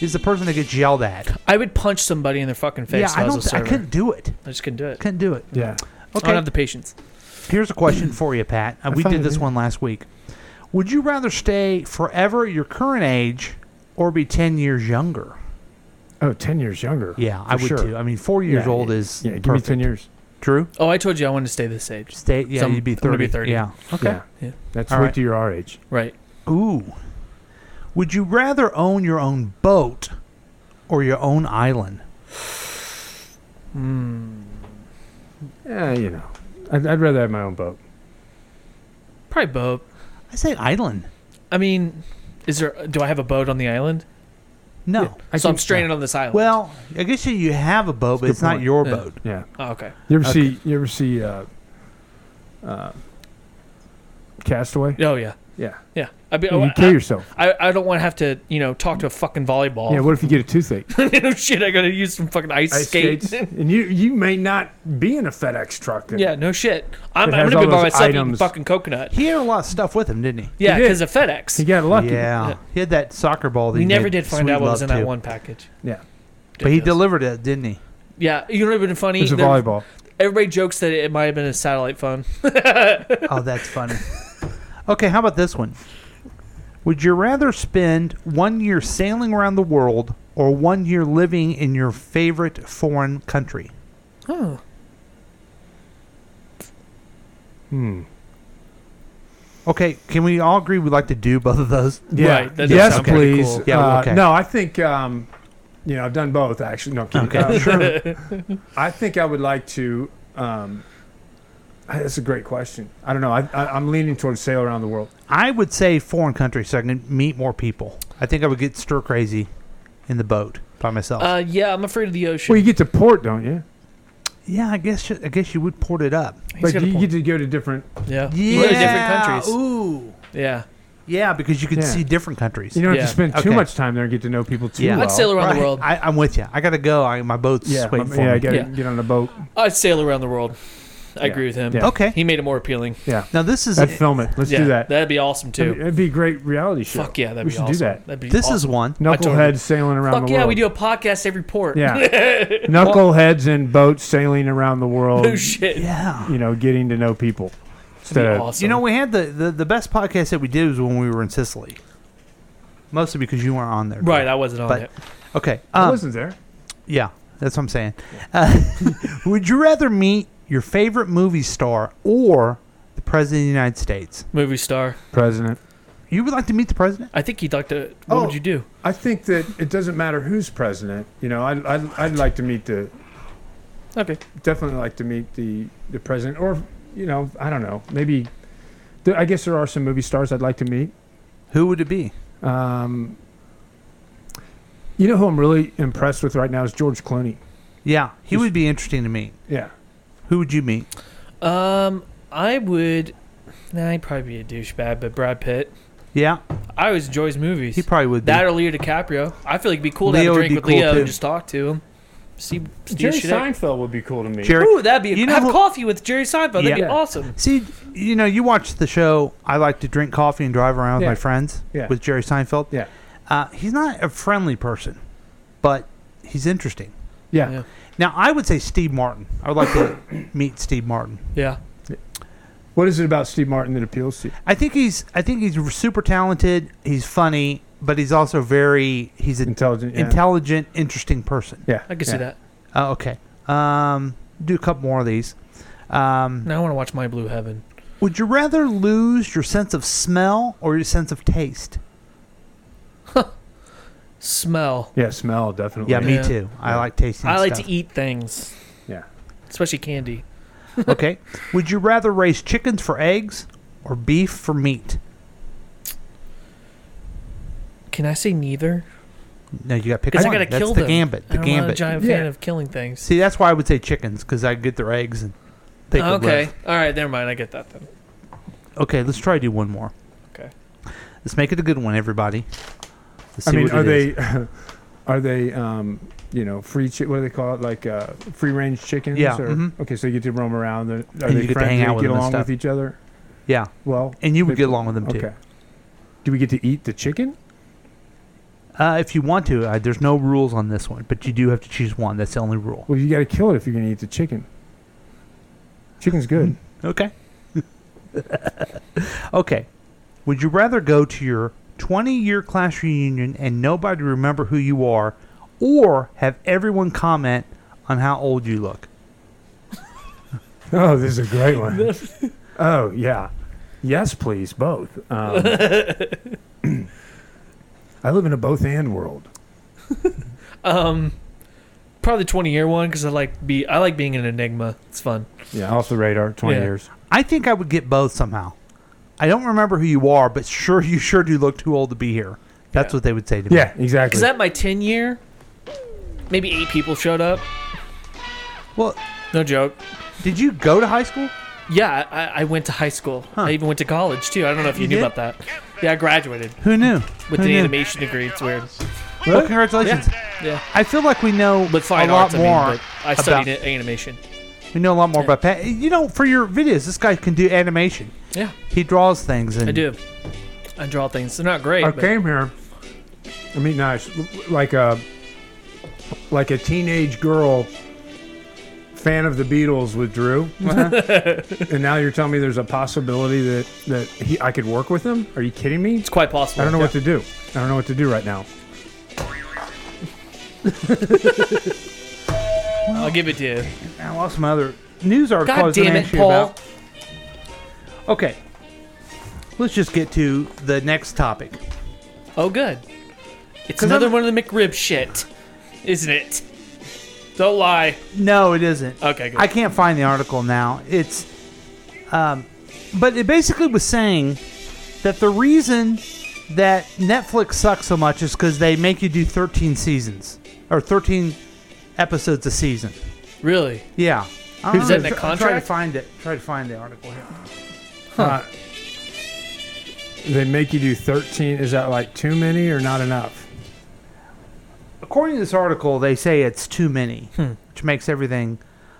Speaker 8: is the person that gets yelled at.
Speaker 9: I would punch somebody in their fucking face
Speaker 8: Yeah,
Speaker 9: if
Speaker 8: I
Speaker 9: I,
Speaker 8: don't
Speaker 9: was a
Speaker 8: th- I
Speaker 9: server.
Speaker 8: couldn't do it.
Speaker 9: I just couldn't do it.
Speaker 8: Couldn't do it. Yeah.
Speaker 9: I
Speaker 8: Okay.
Speaker 9: don't have the patience.
Speaker 8: Here's a question for you, Pat. Uh,
Speaker 9: I
Speaker 8: we
Speaker 9: find
Speaker 8: did
Speaker 9: it
Speaker 8: this
Speaker 9: in-
Speaker 8: one last week. Would you rather stay forever at your current age or be 10 years younger?
Speaker 10: Oh, 10 years younger.
Speaker 8: Yeah, I
Speaker 10: for
Speaker 8: would
Speaker 10: sure.
Speaker 8: too. I mean, four years
Speaker 10: Yeah,
Speaker 8: old
Speaker 10: yeah,
Speaker 8: is.
Speaker 10: Yeah, give
Speaker 8: perfect.
Speaker 10: me 10 years.
Speaker 8: True.
Speaker 9: Oh, I told you I wanted to stay this age.
Speaker 8: Stay. Yeah,
Speaker 9: So I'm-
Speaker 8: you'd be
Speaker 9: I'm gonna
Speaker 8: 30.
Speaker 9: be 30.
Speaker 8: Yeah. Okay.
Speaker 9: Yeah. Yeah.
Speaker 10: That's
Speaker 8: All
Speaker 10: right
Speaker 8: right.
Speaker 10: to your our age.
Speaker 9: Right.
Speaker 8: Ooh. Would you rather own your own boat or your own island?
Speaker 9: Hmm.
Speaker 10: Yeah, you know. I'd, I'd rather have my own boat.
Speaker 9: Probably boat.
Speaker 8: I say island.
Speaker 9: I mean, is there? Do I have a boat on the island?
Speaker 8: No. I
Speaker 9: so I'm
Speaker 8: think-
Speaker 9: stranded on this island.
Speaker 8: Well, I guess you- you have a boat, but
Speaker 10: Good
Speaker 8: it's not
Speaker 10: point.
Speaker 8: your
Speaker 10: Yeah.
Speaker 8: boat.
Speaker 10: Yeah.
Speaker 9: Oh, okay.
Speaker 10: You ever
Speaker 8: Okay.
Speaker 10: see? You ever see? Uh, uh, Castaway.
Speaker 9: Oh yeah.
Speaker 10: Yeah.
Speaker 9: Yeah. I be, oh,
Speaker 10: Yeah, you
Speaker 9: I-
Speaker 10: kill
Speaker 9: I-
Speaker 10: yourself.
Speaker 9: I, I don't want to have to you know talk to a fucking volleyball.
Speaker 10: Yeah. What if you get a toothache?
Speaker 9: *laughs* oh shit! I gotta use some fucking Oh. ice,
Speaker 10: Ice
Speaker 9: skates.
Speaker 10: skates, and you you may not be in a FedEx truck.
Speaker 9: *laughs*
Speaker 10: Then.
Speaker 9: yeah. No shit. I'm,
Speaker 10: It
Speaker 9: I'm
Speaker 10: has
Speaker 9: gonna be
Speaker 10: all
Speaker 9: by
Speaker 10: those
Speaker 9: myself eating
Speaker 10: items.
Speaker 9: fucking coconut.
Speaker 8: He had a lot of stuff with him, didn't he?
Speaker 9: Yeah,
Speaker 8: He did.
Speaker 9: because of FedEx.
Speaker 10: He got lucky.
Speaker 8: Yeah. He had that soccer ball that
Speaker 9: We
Speaker 8: he
Speaker 9: never
Speaker 8: made
Speaker 9: did find
Speaker 8: sweet
Speaker 9: out what was
Speaker 8: love
Speaker 9: in that
Speaker 8: to.
Speaker 9: one package.
Speaker 10: Yeah.
Speaker 8: But he delivered it, didn't he?
Speaker 9: Yeah, you know what would been funny?
Speaker 8: It's a
Speaker 9: There-
Speaker 8: volleyball.
Speaker 9: Everybody jokes that it might have been a satellite phone.
Speaker 8: oh, that's funny. Okay, how about this one? Would you rather spend one year sailing around the world or one year living in your favorite foreign country?
Speaker 9: Oh.
Speaker 10: Hmm.
Speaker 8: Okay, can we all agree we'd like to do both of those?
Speaker 10: Yeah. yes, please.
Speaker 8: Yeah,
Speaker 10: Uh,
Speaker 8: well, okay.
Speaker 10: No, I think um, you know I've done both actually. No, I'm kidding.
Speaker 8: Okay.
Speaker 10: Uh, I think I would like to. Um, that's a great question. I don't know. I, I, I'm leaning towards sail around the world.
Speaker 8: I would say foreign country so I can meet more people. I think I would get stir crazy in the boat by myself.
Speaker 9: Uh, yeah, I'm afraid of the ocean.
Speaker 10: Well, you get to port, don't you?
Speaker 8: yeah, I guess you- I guess you would port it up.
Speaker 10: But you get to go to different.
Speaker 9: yeah.
Speaker 8: Yeah.
Speaker 9: You go to different countries.
Speaker 8: Ooh.
Speaker 9: Yeah.
Speaker 8: Yeah, because you can
Speaker 10: Yeah.
Speaker 8: see different countries.
Speaker 10: You don't have to spend too
Speaker 8: Okay.
Speaker 10: much time there and get to know people too
Speaker 8: Yeah.
Speaker 10: well.
Speaker 9: I'd sail around the
Speaker 8: Right.
Speaker 9: world.
Speaker 8: I, I'm with you. I gotta go. I, my boat's
Speaker 10: Yeah,
Speaker 8: waiting
Speaker 10: um,
Speaker 8: for
Speaker 10: yeah, I
Speaker 8: me.
Speaker 10: get,
Speaker 9: Yeah.
Speaker 10: get on a boat.
Speaker 9: I'd sail around the world. I agree with him.
Speaker 10: Yeah.
Speaker 8: Okay.
Speaker 9: He made it more appealing.
Speaker 10: Yeah.
Speaker 8: Now this is
Speaker 10: I'd film it. Let's
Speaker 9: Yeah,
Speaker 10: do that.
Speaker 9: That'd be awesome too.
Speaker 10: That'd be- It'd be a great reality show.
Speaker 9: Fuck yeah, that'd
Speaker 10: we
Speaker 9: be
Speaker 10: should
Speaker 9: awesome.
Speaker 10: do that.
Speaker 9: That'd be
Speaker 8: This is
Speaker 9: awesome.
Speaker 8: one.
Speaker 9: I totally-
Speaker 10: Knuckleheads sailing around
Speaker 9: Fuck
Speaker 10: the
Speaker 9: yeah,
Speaker 10: world.
Speaker 9: we do a podcast every port.
Speaker 10: Yeah. Knuckleheads in boats sailing around the
Speaker 9: *laughs*
Speaker 10: world.
Speaker 9: no shit.
Speaker 8: Yeah.
Speaker 10: You know, getting to know people. Instead of-
Speaker 9: awesome.
Speaker 8: You know, we had the, the the best podcast that we did was when we were in Sicily. Mostly because you weren't on there. Drew.
Speaker 9: Right, I wasn't on
Speaker 8: But-
Speaker 9: it.
Speaker 8: Okay.
Speaker 10: I
Speaker 8: um,
Speaker 10: wasn't there.
Speaker 8: Yeah, that's what I'm saying. Uh, *laughs* would you rather meet your favorite movie star or the president of the United States?
Speaker 9: Movie star.
Speaker 10: President.
Speaker 8: You would like to meet the president?
Speaker 9: I think he'd like to. What
Speaker 10: Oh.
Speaker 9: would you do?
Speaker 10: I think that it doesn't matter who's president. You know, I'd, I'd, I'd like to meet the
Speaker 9: Okay.
Speaker 10: definitely like to meet the the president or you know I don't know maybe there, I guess there are some movie stars I'd like to meet.
Speaker 8: Who would it be?
Speaker 10: Um, you know who I'm really impressed with right now is George Clooney.
Speaker 8: Yeah, he would be interesting to meet.
Speaker 10: Yeah,
Speaker 8: Who would you meet?
Speaker 9: Um, I would. Nah, he'd probably be a douchebag, but Brad Pitt.
Speaker 8: Yeah,
Speaker 9: I always enjoy his movies.
Speaker 8: he probably would. Be.
Speaker 9: That or Leo DiCaprio. I feel like it'd be cool
Speaker 8: Leo
Speaker 9: to
Speaker 8: would
Speaker 9: have a drink
Speaker 8: be
Speaker 9: with
Speaker 8: cool,
Speaker 9: Leo
Speaker 8: too.
Speaker 9: and just talk to him. See, see
Speaker 10: Jerry
Speaker 9: shit out.
Speaker 10: Seinfeld would be cool to meet.
Speaker 8: Jerry-
Speaker 9: Ooh, that'd be
Speaker 8: You know
Speaker 9: have
Speaker 8: who-
Speaker 9: coffee with Jerry Seinfeld. Oh, That'd be
Speaker 8: Yeah.
Speaker 9: awesome.
Speaker 8: See, you know, you watch the show. I like to drink coffee and drive around
Speaker 10: Yeah.
Speaker 8: with my friends.
Speaker 10: Yeah.
Speaker 8: With Jerry Seinfeld.
Speaker 10: Yeah.
Speaker 8: Uh, he's not a friendly person, but he's interesting.
Speaker 10: Yeah.
Speaker 9: Yeah.
Speaker 8: Now, I would say Steve Martin. I would like to *coughs* meet Steve Martin.
Speaker 9: Yeah.
Speaker 10: What is it about Steve Martin that appeals to you?
Speaker 8: I think he's I think he's super talented. He's funny, but he's also very he's an
Speaker 10: Intelligent. Yeah.
Speaker 8: intelligent, interesting person.
Speaker 10: yeah.
Speaker 9: I could
Speaker 10: yeah.
Speaker 9: see that.
Speaker 8: Uh, okay. Um, do a couple more of these. Um,
Speaker 9: Now I want to watch My Blue Heaven.
Speaker 8: would you rather lose your sense of smell or your sense of taste?
Speaker 9: Smell.
Speaker 10: Yeah, smell definitely.
Speaker 8: Yeah, me
Speaker 9: Yeah.
Speaker 8: too. I like tasting.
Speaker 9: I like
Speaker 8: stuff.
Speaker 9: to eat things,
Speaker 10: Yeah.
Speaker 9: especially candy.
Speaker 8: okay. Would you rather raise chickens for eggs or beef for meat?
Speaker 9: Can I say neither?
Speaker 8: No, you got to pick
Speaker 9: Because
Speaker 8: one.
Speaker 9: I gotta
Speaker 8: that's
Speaker 9: kill
Speaker 8: the
Speaker 9: them.
Speaker 8: gambit. The
Speaker 9: I'm not a
Speaker 8: gambit.
Speaker 9: giant
Speaker 10: Yeah.
Speaker 9: fan of killing things.
Speaker 8: See, that's why I would say chickens because I get their eggs and Take a
Speaker 9: okay.
Speaker 8: breath.
Speaker 9: All right. Never mind. I get that then.
Speaker 8: Okay, let's try to do one more.
Speaker 9: Okay.
Speaker 8: Let's make it a good one, everybody. Let's
Speaker 10: I
Speaker 8: see
Speaker 10: mean,
Speaker 8: what
Speaker 10: are
Speaker 8: it is.
Speaker 10: they, *laughs* are they, um, you know, free? Chi- what do they call it? Like uh, free range chickens?
Speaker 8: Yeah,
Speaker 10: Or,
Speaker 8: mhm.
Speaker 10: Okay, so you get to roam around. Are
Speaker 8: And
Speaker 10: they
Speaker 8: you get to
Speaker 10: friends?
Speaker 8: hang
Speaker 10: Do
Speaker 8: out
Speaker 10: they
Speaker 8: with
Speaker 10: get
Speaker 8: them and
Speaker 10: along
Speaker 8: stuff.
Speaker 10: with each other?
Speaker 8: Yeah.
Speaker 10: Well,
Speaker 8: and you would
Speaker 10: they-
Speaker 8: get along with them too.
Speaker 10: Okay. Do we get to eat the chicken?
Speaker 8: Uh, if you want to, uh, there's no rules on this one, but you do have to choose one. That's the only rule.
Speaker 10: Well, you got to kill it if you're going to eat the chicken. Chicken's *laughs* good.
Speaker 8: Okay. *laughs* Okay. Would you rather go to your 20 year class reunion and nobody remember who you are, or have everyone comment on how old you look?
Speaker 10: Oh, this is a great *laughs* one. oh yeah, yes, please, both. Um, *laughs* *clears throat* I live in a both and world.
Speaker 9: Um, probably the twenty year one because I like be I like being an enigma. It's fun.
Speaker 10: Yeah, off the radar. 20
Speaker 9: Yeah.
Speaker 10: years.
Speaker 8: I think I would get both somehow. I don't remember who you are, but sure, you sure do look too old to be here. That's what they would say to me.
Speaker 10: Yeah, exactly.
Speaker 9: Is that my ten year? Maybe eight people showed up.
Speaker 8: Well,
Speaker 9: no joke.
Speaker 8: Did you go to high school?
Speaker 9: Yeah, I, I went to high school. I even went to college too. I don't know if you,
Speaker 8: You
Speaker 9: knew
Speaker 8: did?
Speaker 9: about that. Yeah, I graduated
Speaker 8: Who knew?
Speaker 9: with
Speaker 8: Who *laughs*
Speaker 9: an
Speaker 8: knew?
Speaker 9: animation degree. It's weird.
Speaker 8: Well, congratulations.
Speaker 9: Yeah.
Speaker 8: I feel like we know
Speaker 9: But fine
Speaker 8: a lot
Speaker 9: arts, I mean,
Speaker 8: more.
Speaker 9: but I
Speaker 8: about-
Speaker 9: studied a- animation.
Speaker 8: We know a lot more about Pat. You know, for your videos, this guy can do animation.
Speaker 9: Yeah.
Speaker 8: He draws things. And
Speaker 9: I do. I draw things. They're not great.
Speaker 10: I
Speaker 9: but-
Speaker 10: came here. I mean, nice, like a like a teenage girl fan of the Beatles with Drew, and now you're telling me there's a possibility that that he, I could work with him? Are you kidding me? It's
Speaker 9: quite possible.
Speaker 10: I don't know what
Speaker 9: yeah.
Speaker 10: to do. I don't know what to do right now.
Speaker 9: I'll give it to you.
Speaker 8: I lost some other news article. I
Speaker 9: God
Speaker 8: was gonna
Speaker 9: damn it,
Speaker 8: ask you
Speaker 9: Paul.
Speaker 8: about. Okay. Let's just get to the next topic.
Speaker 9: Oh, good. It's
Speaker 8: 'Cause
Speaker 9: another
Speaker 8: I'm-
Speaker 9: one of the McRib shit, isn't it? Don't lie.
Speaker 8: No, it isn't.
Speaker 9: Okay, good.
Speaker 8: I can't find the article now. It's, um, but it basically was saying that the reason that Netflix sucks so much is because they make you do 13 seasons or 13 episodes a season.
Speaker 9: Really?
Speaker 8: Yeah. I
Speaker 9: Is that
Speaker 8: don't know. Try- Try
Speaker 9: in a
Speaker 8: to
Speaker 9: contract?
Speaker 8: find it. Try to find the article here.
Speaker 10: Uh, they make you do 13. Is that like too many or not enough?
Speaker 8: According to this article, they say it's too many,
Speaker 10: Hmm.
Speaker 8: which makes everything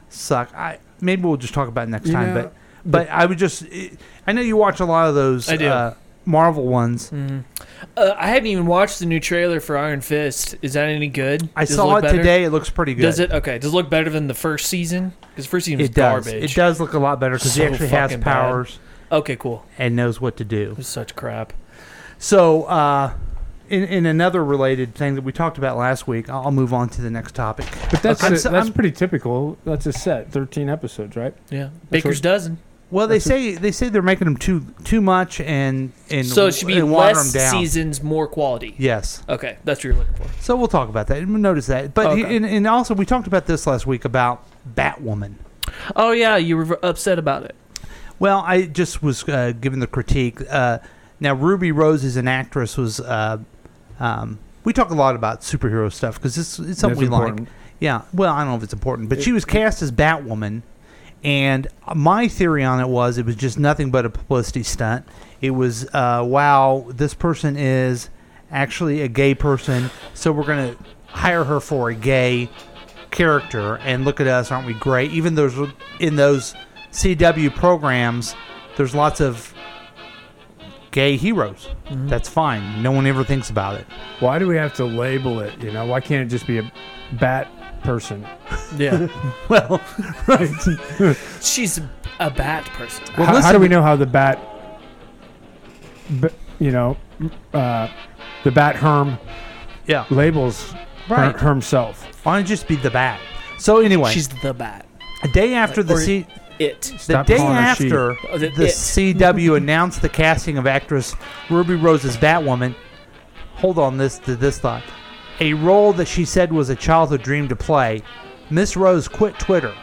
Speaker 8: suck. I maybe we'll just talk about it next
Speaker 10: You
Speaker 8: time,
Speaker 10: know,
Speaker 8: but but I would just I know you watch a lot of those
Speaker 9: I do.
Speaker 8: Uh, Marvel ones.
Speaker 10: Hmm.
Speaker 9: Mhm. Uh, I haven't even watched the new trailer for Iron Fist. Is that any good?
Speaker 8: I
Speaker 9: Does
Speaker 8: saw
Speaker 9: look
Speaker 8: it
Speaker 9: better?
Speaker 8: today. It looks pretty good.
Speaker 9: Does it? Okay. Does it look better than the first season? Because first season was
Speaker 8: It does.
Speaker 9: garbage.
Speaker 8: It does look a lot better because he
Speaker 9: So
Speaker 8: actually has
Speaker 9: fucking bad.
Speaker 8: powers
Speaker 9: Okay, cool.
Speaker 8: and knows what to do.
Speaker 9: It's such crap.
Speaker 8: So, uh, in in another related thing that we talked about last week, I'll I'll move on to the next topic.
Speaker 10: But that's
Speaker 8: I'm
Speaker 10: a-
Speaker 8: so-
Speaker 10: that's
Speaker 8: I'm-
Speaker 10: pretty typical. That's a set, 13 episodes, right?
Speaker 9: Yeah,
Speaker 10: That's
Speaker 9: Baker's
Speaker 10: what-
Speaker 9: dozen.
Speaker 8: Well, they say they say they're making them too too much and and
Speaker 9: So it should be
Speaker 8: and water
Speaker 9: less
Speaker 8: them down.
Speaker 9: seasons, more quality.
Speaker 8: Yes.
Speaker 9: Okay, that's what you're looking for.
Speaker 8: So we'll talk about that. and We'll notice that. But he-
Speaker 9: Okay.
Speaker 8: and, and also we talked about this last week about Batwoman.
Speaker 9: Oh yeah, you were upset about it.
Speaker 8: Well, I just was uh, given the critique. Uh, now, Ruby Rose is an actress. Was uh, um, we talk a lot about superhero stuff because it's, it's something
Speaker 10: That's
Speaker 8: we
Speaker 10: important.
Speaker 8: like. Yeah. Well, I don't know if it's important, but
Speaker 10: It-
Speaker 8: she was cast as Batwoman, and my theory on it was it was just nothing but a publicity stunt. It was uh, wow, this person is actually a gay person, so we're gonna hire her for a gay character and look at us aren't we great even those in those cw programs there's lots of gay heroes
Speaker 10: Mm-hmm.
Speaker 8: that's fine no one ever thinks about it *laughs*
Speaker 10: Why do we have to label it? You know, why can't it just be a bat person?
Speaker 9: Yeah.
Speaker 8: *laughs* well,
Speaker 10: right.
Speaker 9: *laughs* She's a bad person.
Speaker 10: how, how do we know how the bat, b- you know, uh, the bat herm
Speaker 8: yeah.
Speaker 10: labels
Speaker 8: Right.
Speaker 10: her, herself?
Speaker 8: why don't you just be the bat so anyway
Speaker 9: She's the bat.
Speaker 8: a day after the
Speaker 9: Or
Speaker 8: C-
Speaker 9: it.
Speaker 8: the
Speaker 10: Stop
Speaker 8: day
Speaker 10: calling her she.
Speaker 8: after
Speaker 9: Oh, the
Speaker 8: the
Speaker 9: it.
Speaker 8: CW *laughs* announced the casting of actress Ruby Rose as Batwoman, hold on this to this thought, a role that she said was a childhood dream to play, Miss Rose quit Twitter.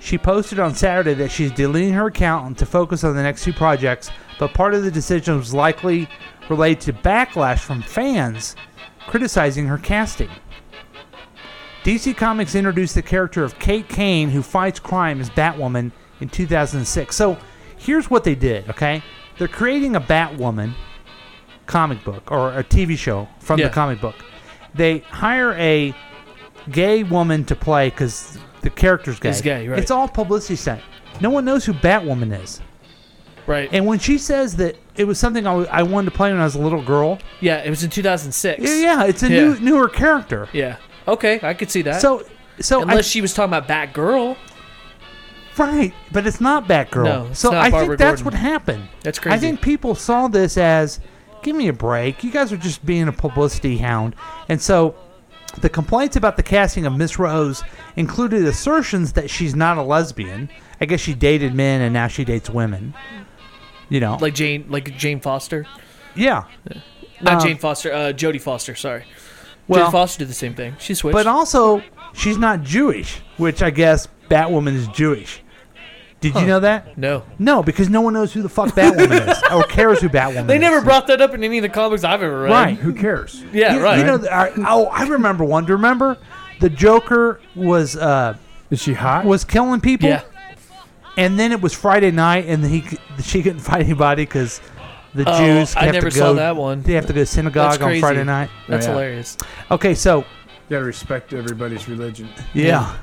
Speaker 8: She posted on Saturday that she's deleting her account to focus on the next two projects, but part of the decision was likely related to backlash from fans criticizing her casting. DC Comics introduced the character of Kate Kane, who fights crime as Batwoman in 2006. So here's what they did, okay? They're creating a Batwoman comic book or a TV show from
Speaker 9: Yeah.
Speaker 8: the comic book. They hire a gay woman to play because the character's gay.
Speaker 9: He's gay, right.
Speaker 8: It's all publicity stunt. No one knows who Batwoman is.
Speaker 9: Right.
Speaker 8: And when she says that it was something I, w- I wanted to play when I was a little girl.
Speaker 9: Yeah, it was in 2006.
Speaker 8: Yeah, yeah, it's a
Speaker 9: Yeah.
Speaker 8: new, newer character.
Speaker 9: Yeah. Okay, I could see that.
Speaker 8: So- so I-
Speaker 9: unless she was talking about Batgirl,
Speaker 8: Right, but it's not Batgirl.
Speaker 9: No, it's
Speaker 8: so
Speaker 9: not
Speaker 8: I
Speaker 9: Barbara
Speaker 8: think that's
Speaker 9: Gordon.
Speaker 8: what happened.
Speaker 9: That's
Speaker 8: I
Speaker 9: crazy.
Speaker 8: think people saw this as, give me a break. You guys are just being a publicity hound. And so the complaints about the casting of Miss Rose included assertions that she's not a lesbian. I guess she dated men and now she dates women. You know?
Speaker 9: like Jane, like Jane Foster,
Speaker 8: yeah.
Speaker 9: not
Speaker 8: Um,
Speaker 9: Jane Foster, uh, Jodie Foster. Sorry,
Speaker 8: Well-
Speaker 9: Jodie Foster did the same thing. She switched.
Speaker 8: But also, she's not Jewish, which I guess Batwoman is Jewish. Did you know that?
Speaker 9: No.
Speaker 8: No, because no one knows who the fuck Batwoman
Speaker 9: *laughs*
Speaker 8: is or cares who Batwoman
Speaker 9: they
Speaker 8: is.
Speaker 9: never brought that up in any of the comics I've ever read.
Speaker 8: Right.
Speaker 10: Who cares?
Speaker 9: Yeah,
Speaker 8: You-
Speaker 9: right.
Speaker 8: You know, I, oh, I remember one. Do you remember the Joker was? Uh,
Speaker 10: Is she hot?
Speaker 8: Was killing people.
Speaker 9: Yeah.
Speaker 8: And then it was Friday night, and he c- she couldn't fight anybody because the
Speaker 9: Oh,
Speaker 8: Jews
Speaker 9: I
Speaker 8: have
Speaker 9: never
Speaker 8: to
Speaker 9: saw
Speaker 8: go.
Speaker 9: that one.
Speaker 8: They have to go to synagogue
Speaker 9: That's
Speaker 8: on
Speaker 9: crazy.
Speaker 8: Friday night.
Speaker 9: That's hilarious.
Speaker 8: Okay, so
Speaker 10: You gotta respect everybody's religion.
Speaker 8: yeah.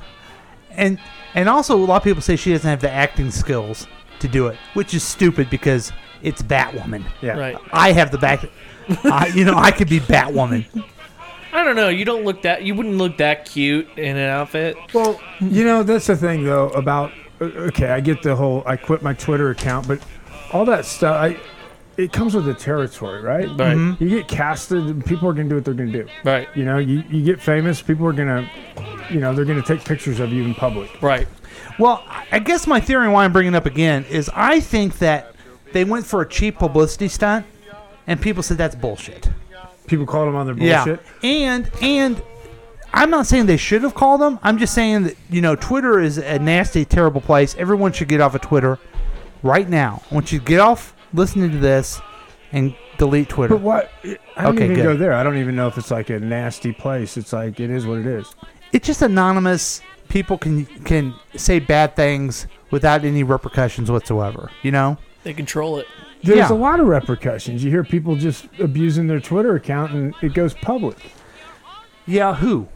Speaker 8: And and also a lot of people say she doesn't have the acting skills to do it, which is stupid because it's Batwoman.
Speaker 10: Yeah.
Speaker 9: Right.
Speaker 8: I have the back I, you know, I could be Batwoman.
Speaker 9: I don't know. You don't look that. You wouldn't look that cute in an outfit.
Speaker 10: Well, You know, that's the thing though about uh, okay, I get the whole I quit my Twitter account, but all that stuff I it comes with the territory, right?
Speaker 9: Right. Mhm.
Speaker 10: You get casted, and people are gonna do what they're gonna do.
Speaker 9: Right.
Speaker 10: You know, you, you get famous, people are gonna you know, they're gonna take pictures of you in public.
Speaker 9: Right.
Speaker 8: Well, I- I guess my theory why I'm bringing it up again is I think that they went for a cheap publicity stunt, and people said that's bullshit.
Speaker 10: People called them on their
Speaker 8: Yeah.
Speaker 10: bullshit.
Speaker 8: And and I'm not saying they should have called them. I'm just saying that you know Twitter is a nasty, terrible place. Everyone should get off of Twitter right now. I want you to get off listening to this and delete Twitter.
Speaker 10: But what I don't
Speaker 8: Okay,
Speaker 10: even
Speaker 8: good.
Speaker 10: go there. I don't even know if it's like a nasty place. It's like it is what it is.
Speaker 8: It's just anonymous. People can can say bad things without any repercussions whatsoever. You know.
Speaker 9: They control it.
Speaker 10: There's
Speaker 8: Yeah.
Speaker 10: a lot of repercussions. You hear people just abusing their Twitter account and it goes public.
Speaker 8: Yeah, who?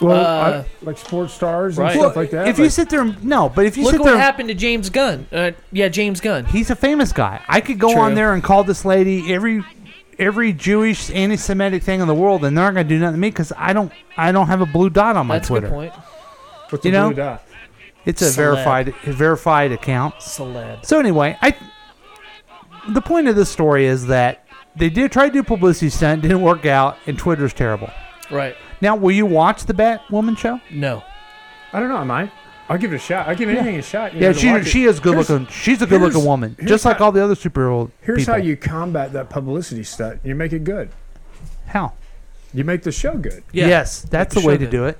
Speaker 10: Well,
Speaker 9: Uh,
Speaker 10: I- like sports stars and
Speaker 9: right.
Speaker 10: stuff like that.
Speaker 8: If you
Speaker 10: like-
Speaker 8: sit there, and- no. But if you
Speaker 9: Look
Speaker 8: sit
Speaker 9: at
Speaker 8: there,
Speaker 9: what happened to James Gunn. Uh, yeah, James Gunn.
Speaker 8: he's a famous guy. I could go on
Speaker 9: True.
Speaker 8: there and call this lady every every Jewish anti-Semitic thing in the world, and they're not going to do nothing to me because I don't I don't have a blue dot on my
Speaker 9: That's
Speaker 8: Twitter.
Speaker 9: a good point.
Speaker 10: What's
Speaker 8: you
Speaker 10: a
Speaker 8: know,
Speaker 10: blue dot?
Speaker 8: it's a
Speaker 9: Celeb.
Speaker 8: verified a verified account.
Speaker 9: Celeb.
Speaker 8: So anyway, I the point of this story is that they did try to do publicity stunt, didn't work out, and Twitter's terrible.
Speaker 9: Right.
Speaker 8: Now, will you watch the Batwoman show?
Speaker 9: No.
Speaker 10: I don't know. I might. I'll give it a shot. I'll give anything a shot. you
Speaker 8: Yeah,
Speaker 10: know, to
Speaker 8: she
Speaker 10: watch it.
Speaker 8: she is good
Speaker 10: Here's-
Speaker 8: looking. She's a good looking
Speaker 10: here's-
Speaker 8: woman,
Speaker 10: here's
Speaker 8: just like
Speaker 10: how-
Speaker 8: all the other superhero
Speaker 10: Here's
Speaker 8: people.
Speaker 10: how you combat that publicity stunt. You make it good.
Speaker 8: How?
Speaker 10: You make the show good.
Speaker 8: Yes, that's the
Speaker 10: Like
Speaker 8: way
Speaker 10: show
Speaker 8: to
Speaker 10: did.
Speaker 8: do it.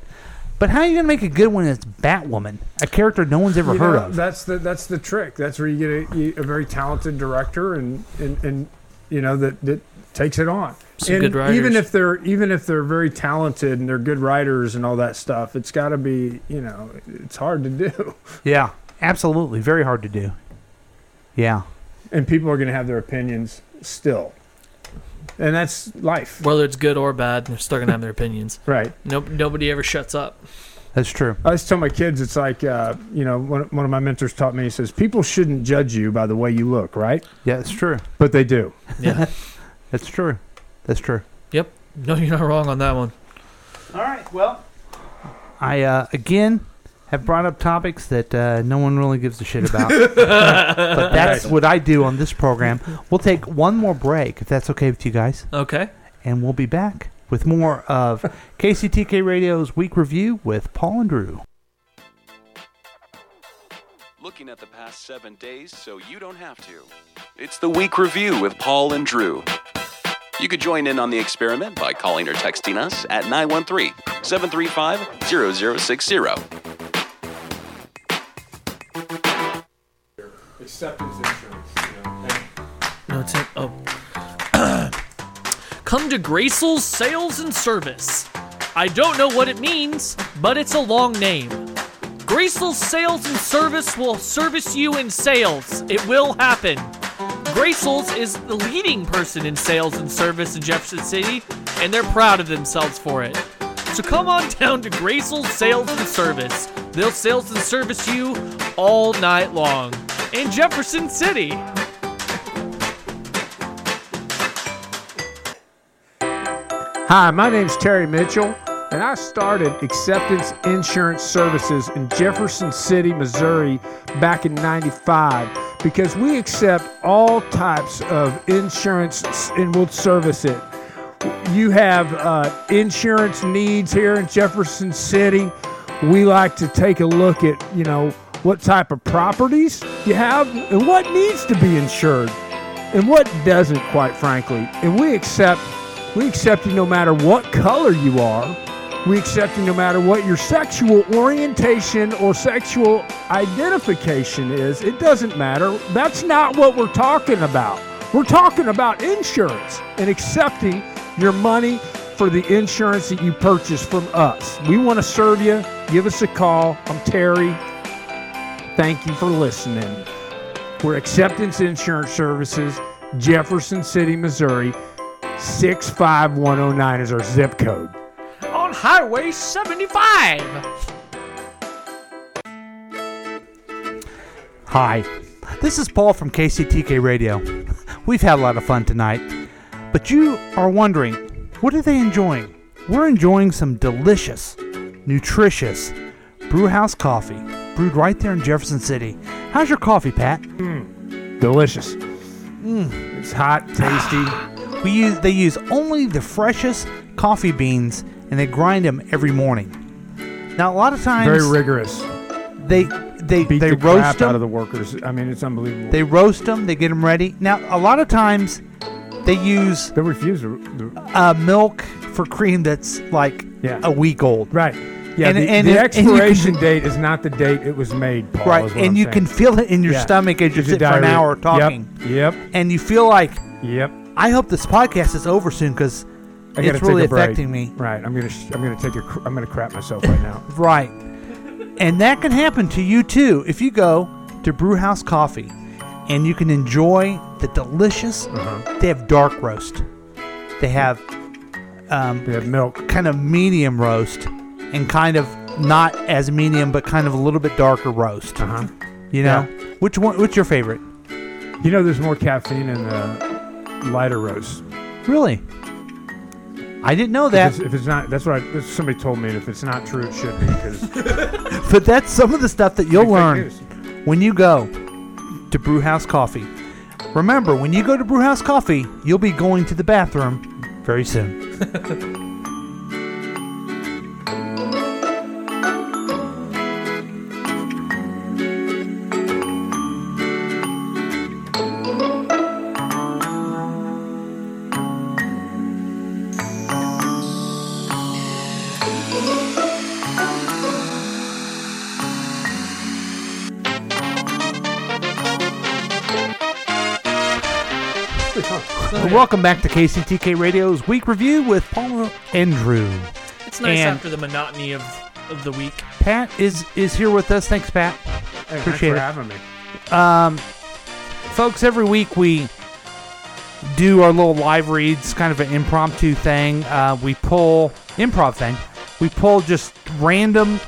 Speaker 8: But how are you going to make a good one? It's Batwoman, a character no one's ever
Speaker 10: You
Speaker 8: heard
Speaker 10: know,
Speaker 8: of.
Speaker 10: That's the that's the trick. That's where you get a, you- a very talented director and and, and you know that, that takes it on.
Speaker 9: Some
Speaker 10: and
Speaker 9: good writers.
Speaker 10: Even if they're even if they're very talented and they're good writers and all that stuff, it's got to be you know it's hard to do. *laughs*
Speaker 8: yeah, absolutely, very hard to do. Yeah,
Speaker 10: And people are going to have their opinions still, and that's life.
Speaker 9: Whether it's good or bad, they're still gonna have their opinions.
Speaker 10: Right.
Speaker 9: Nope. Nobody ever shuts up.
Speaker 8: that's true.
Speaker 10: I always tell my kids, it's like, uh, you know, one, one of my mentors taught me, he says, people shouldn't judge you by the way you look, right?
Speaker 8: Yeah, it's true.
Speaker 10: But they do.
Speaker 9: Yeah.
Speaker 8: *laughs* that's true. That's true.
Speaker 9: Yep. No, you're not wrong on that one.
Speaker 8: All right. Well, I uh, again have brought up topics that uh, no one really gives a shit
Speaker 10: *laughs*
Speaker 8: about, but that's
Speaker 9: Right.
Speaker 8: what I do on this program. We'll take one more break if that's okay with you guys.
Speaker 9: Okay.
Speaker 8: and we'll be back with more of KCTK Radio's Week Review with Paul and Drew.
Speaker 19: Looking at the past seven days so you don't have to. It's the Week Review with Paul and Drew. You could join in on the experiment by calling or texting us at 913 735 0060.
Speaker 10: Acceptance insurance.
Speaker 9: No, it's in, oh. Come to Gracil's Sales and Service. I don't know what it means, but it's a long name. Graceland Sales and Service will service you in sales. It will happen. Graceland's is the leading person in sales and service in Jefferson City, and they're proud of themselves for it. So come on *laughs* down to Graceland's Sales and Service. They'll sales and service you all night long in Jefferson City.
Speaker 10: Hi, my name's Terry Mitchell, and I started Acceptance Insurance Services in Jefferson City, Missouri back in 95 because we accept all types of insurance and we'll service it. You have uh, insurance needs here in Jefferson City. We like to take a look at, you know, what type of properties you have and what needs to be insured and what doesn't, quite frankly. And we accept we accept you no matter what color you are. We accept you no matter what your sexual orientation or sexual identification is. It doesn't matter. That's not what we're talking about. We're talking about insurance and accepting your money for the insurance that you purchase from us. We want to serve you. Give us a call. I'm Terry. Thank you for listening. We're Acceptance Insurance Services, Jefferson City, Missouri. 65109 is our zip code.
Speaker 9: On Highway 75.
Speaker 8: Hi, this is Paul from KCTK Radio. *laughs* We've had a lot of fun tonight, but you are wondering what are they enjoying? We're enjoying some delicious, nutritious brewhouse coffee brewed right there in Jefferson City. How's your coffee, Pat?
Speaker 10: Delicious.
Speaker 8: Mm.
Speaker 10: It's hot, tasty.
Speaker 8: we use they use only the freshest coffee beans, and they grind them every morning. Now a lot of times
Speaker 10: Very rigorous.
Speaker 8: they they
Speaker 10: Beat
Speaker 8: they
Speaker 10: the
Speaker 8: roast
Speaker 10: crap
Speaker 8: them.
Speaker 10: out of the workers. I mean, it's unbelievable.
Speaker 8: They roast them. They get them ready. Now, a lot of times, they use
Speaker 10: they refuse the,
Speaker 8: uh, milk for cream that's like a week old.
Speaker 10: Right. Yeah,
Speaker 8: And,
Speaker 10: the,
Speaker 8: and-
Speaker 10: the
Speaker 8: and you can-
Speaker 10: expiration date is not the date it was made, Paul.
Speaker 8: right,
Speaker 10: is what
Speaker 8: and
Speaker 10: I'm
Speaker 8: you
Speaker 10: saying.
Speaker 8: can feel it in your
Speaker 10: Yeah.
Speaker 8: stomach as you
Speaker 10: Gives
Speaker 8: sit for an
Speaker 10: diarrhea.
Speaker 8: hour
Speaker 10: Yep,
Speaker 8: talking.
Speaker 10: Yep.
Speaker 8: And you feel like,
Speaker 10: yep.
Speaker 8: I hope this podcast is over soon because
Speaker 10: I gotta
Speaker 8: it's really
Speaker 10: take a break.
Speaker 8: affecting me.
Speaker 10: Right. I'm gonna. Sh- I'm gonna take a. Cr- I'm gonna crap myself right now. *laughs*
Speaker 8: Right. And that can happen to you too if you go to Brewhouse Coffee and you can enjoy the delicious.
Speaker 10: Uh-huh.
Speaker 8: They have dark roast. They have um,
Speaker 10: they have milk.
Speaker 8: Kind of medium roast and kind of not as medium but kind of a little bit darker roast. Uh-huh. You know? Which one what's your favorite?
Speaker 10: You know, there's more caffeine in the lighter roast.
Speaker 8: Really? I didn't know that.
Speaker 10: If it's, if it's not, that's what I, that's- somebody told me. And if it's not true, it should be because
Speaker 8: but that's some of the stuff that *laughs* you'll
Speaker 10: Big fake
Speaker 8: learn
Speaker 10: news.
Speaker 8: when you go to Brewhouse Coffee. Remember, when you go to Brewhouse Coffee, you'll be going to the bathroom very soon. Welcome back to KCTK Radio's Week Review with Paul and Drew.
Speaker 9: It's nice
Speaker 8: And
Speaker 9: after the monotony of, of the week.
Speaker 8: Pat is is here with us. Thanks, Pat.
Speaker 9: thanks
Speaker 8: Appreciate
Speaker 9: for
Speaker 8: it.
Speaker 9: having me.
Speaker 8: Um, folks, every week we do our little live reads, kind of an impromptu thing. Uh, we pull improv thing. We pull just random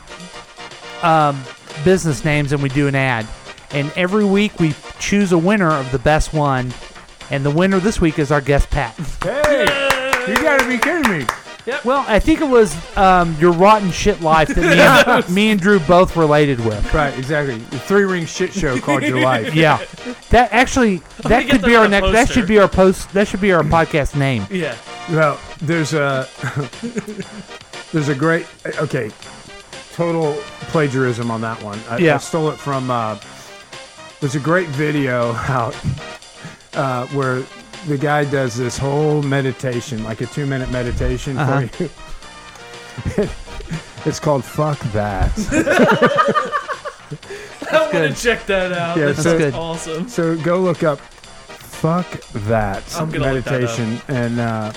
Speaker 8: um, business names and we do an ad. And every week we choose a winner of the best one. And the winner this week is our guest, Pat.
Speaker 10: hey, you gotta be kidding me.
Speaker 8: Well, I think it was um, your rotten shit life
Speaker 10: *laughs*
Speaker 8: that me and, me and Drew both related with.
Speaker 10: Right, exactly. The three ring shit show
Speaker 8: *laughs*
Speaker 10: called your life.
Speaker 8: Yeah, that actually
Speaker 10: I'm gonna
Speaker 8: that
Speaker 10: get
Speaker 8: could
Speaker 10: that
Speaker 8: be
Speaker 10: on
Speaker 8: our
Speaker 10: a
Speaker 8: next. That
Speaker 10: poster.
Speaker 8: should be our post. That should be our podcast name.
Speaker 10: Yeah. Well, there's a *laughs* there's a great okay, total plagiarism on that one. I, I
Speaker 8: Yeah.
Speaker 10: stole it from. Uh, there's a great video *laughs* out uh, where the guy does this whole meditation, like a two minute meditation
Speaker 8: Uh-huh.
Speaker 10: for you. *laughs* it's called "Fuck That."
Speaker 9: *laughs* I want to check that out.
Speaker 10: Yeah,
Speaker 9: That's
Speaker 10: so-
Speaker 9: awesome.
Speaker 10: So go look up "Fuck That"
Speaker 9: I'm gonna look that
Speaker 10: meditation, and uh,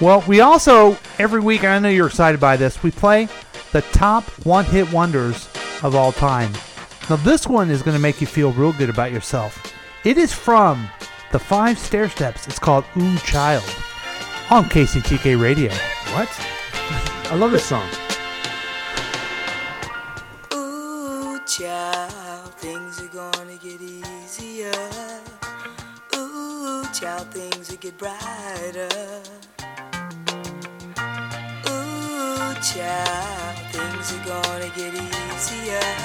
Speaker 8: Well, we also every week. and I know you're excited by this. We play the top one hit wonders of all time. Now, this one is going to make you feel real good about yourself. It is from the Five Stair Steps. It's called Ooh Child on KCTK Radio.
Speaker 10: What? I love this song.
Speaker 1: Ooh, child, things are gonna get easier. Ooh, child, things will get brighter. Ooh, child, things are gonna get easier.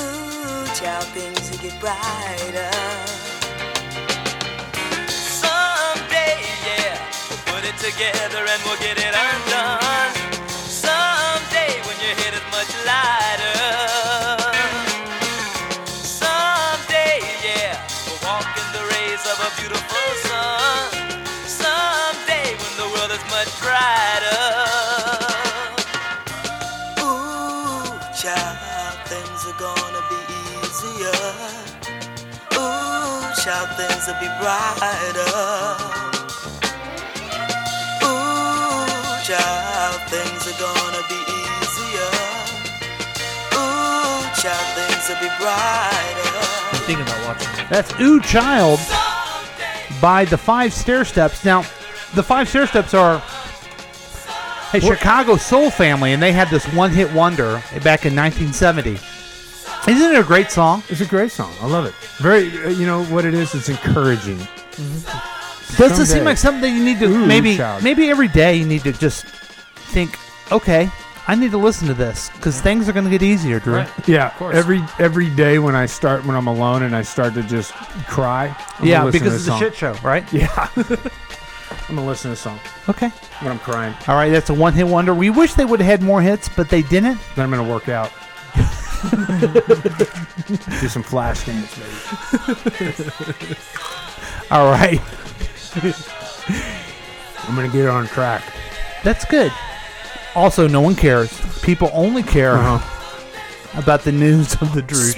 Speaker 1: Ooh, child, things will get brighter. Someday, yeah, we'll put it together and we'll get it undone. Someday, when your head is much lighter. Someday, yeah, we'll walk in the rays of a beautiful sun. Someday, when the world is much brighter. Ooh, child, things are gonna be easier. Ooh, child, things will be brighter. Ooh, child, things are gonna be easier. Ooh, child, things will be brighter.
Speaker 9: I'm thinking about watching.
Speaker 8: That's Ooh Child by the Five Stair Steps. Now, the Five Stair Steps are a Chicago soul family, and they had this one hit wonder back in 1970. Isn't it a great song?
Speaker 10: It's a great song. I love it. Very, uh, you know what it is? It's encouraging.
Speaker 8: Doesn't
Speaker 10: Someday.
Speaker 8: seem like something that you need to
Speaker 10: Ooh,
Speaker 8: maybe
Speaker 10: child.
Speaker 8: maybe every day you need to just think, okay, I need to listen to this because things are going to get easier, Drew.
Speaker 10: Yeah, every every day when I start when I'm alone and I start to just cry. I'm gonna
Speaker 8: yeah,
Speaker 10: listen to
Speaker 8: because it's
Speaker 10: this
Speaker 8: a
Speaker 10: song.
Speaker 8: shit show, right?
Speaker 10: Yeah. I'm gonna listen to this song
Speaker 8: Okay.
Speaker 10: when I'm crying.
Speaker 8: All right, that's a one hit wonder. We wish they would have had more hits, but they didn't.
Speaker 10: Then I'm gonna
Speaker 8: *laughs*
Speaker 10: work out. Do some flash dance, maybe.
Speaker 8: All right. *laughs*
Speaker 10: I'm gonna get on track.
Speaker 8: That's good. Also, no one cares. People only care
Speaker 10: Uh-huh.
Speaker 8: about the news of the Drew.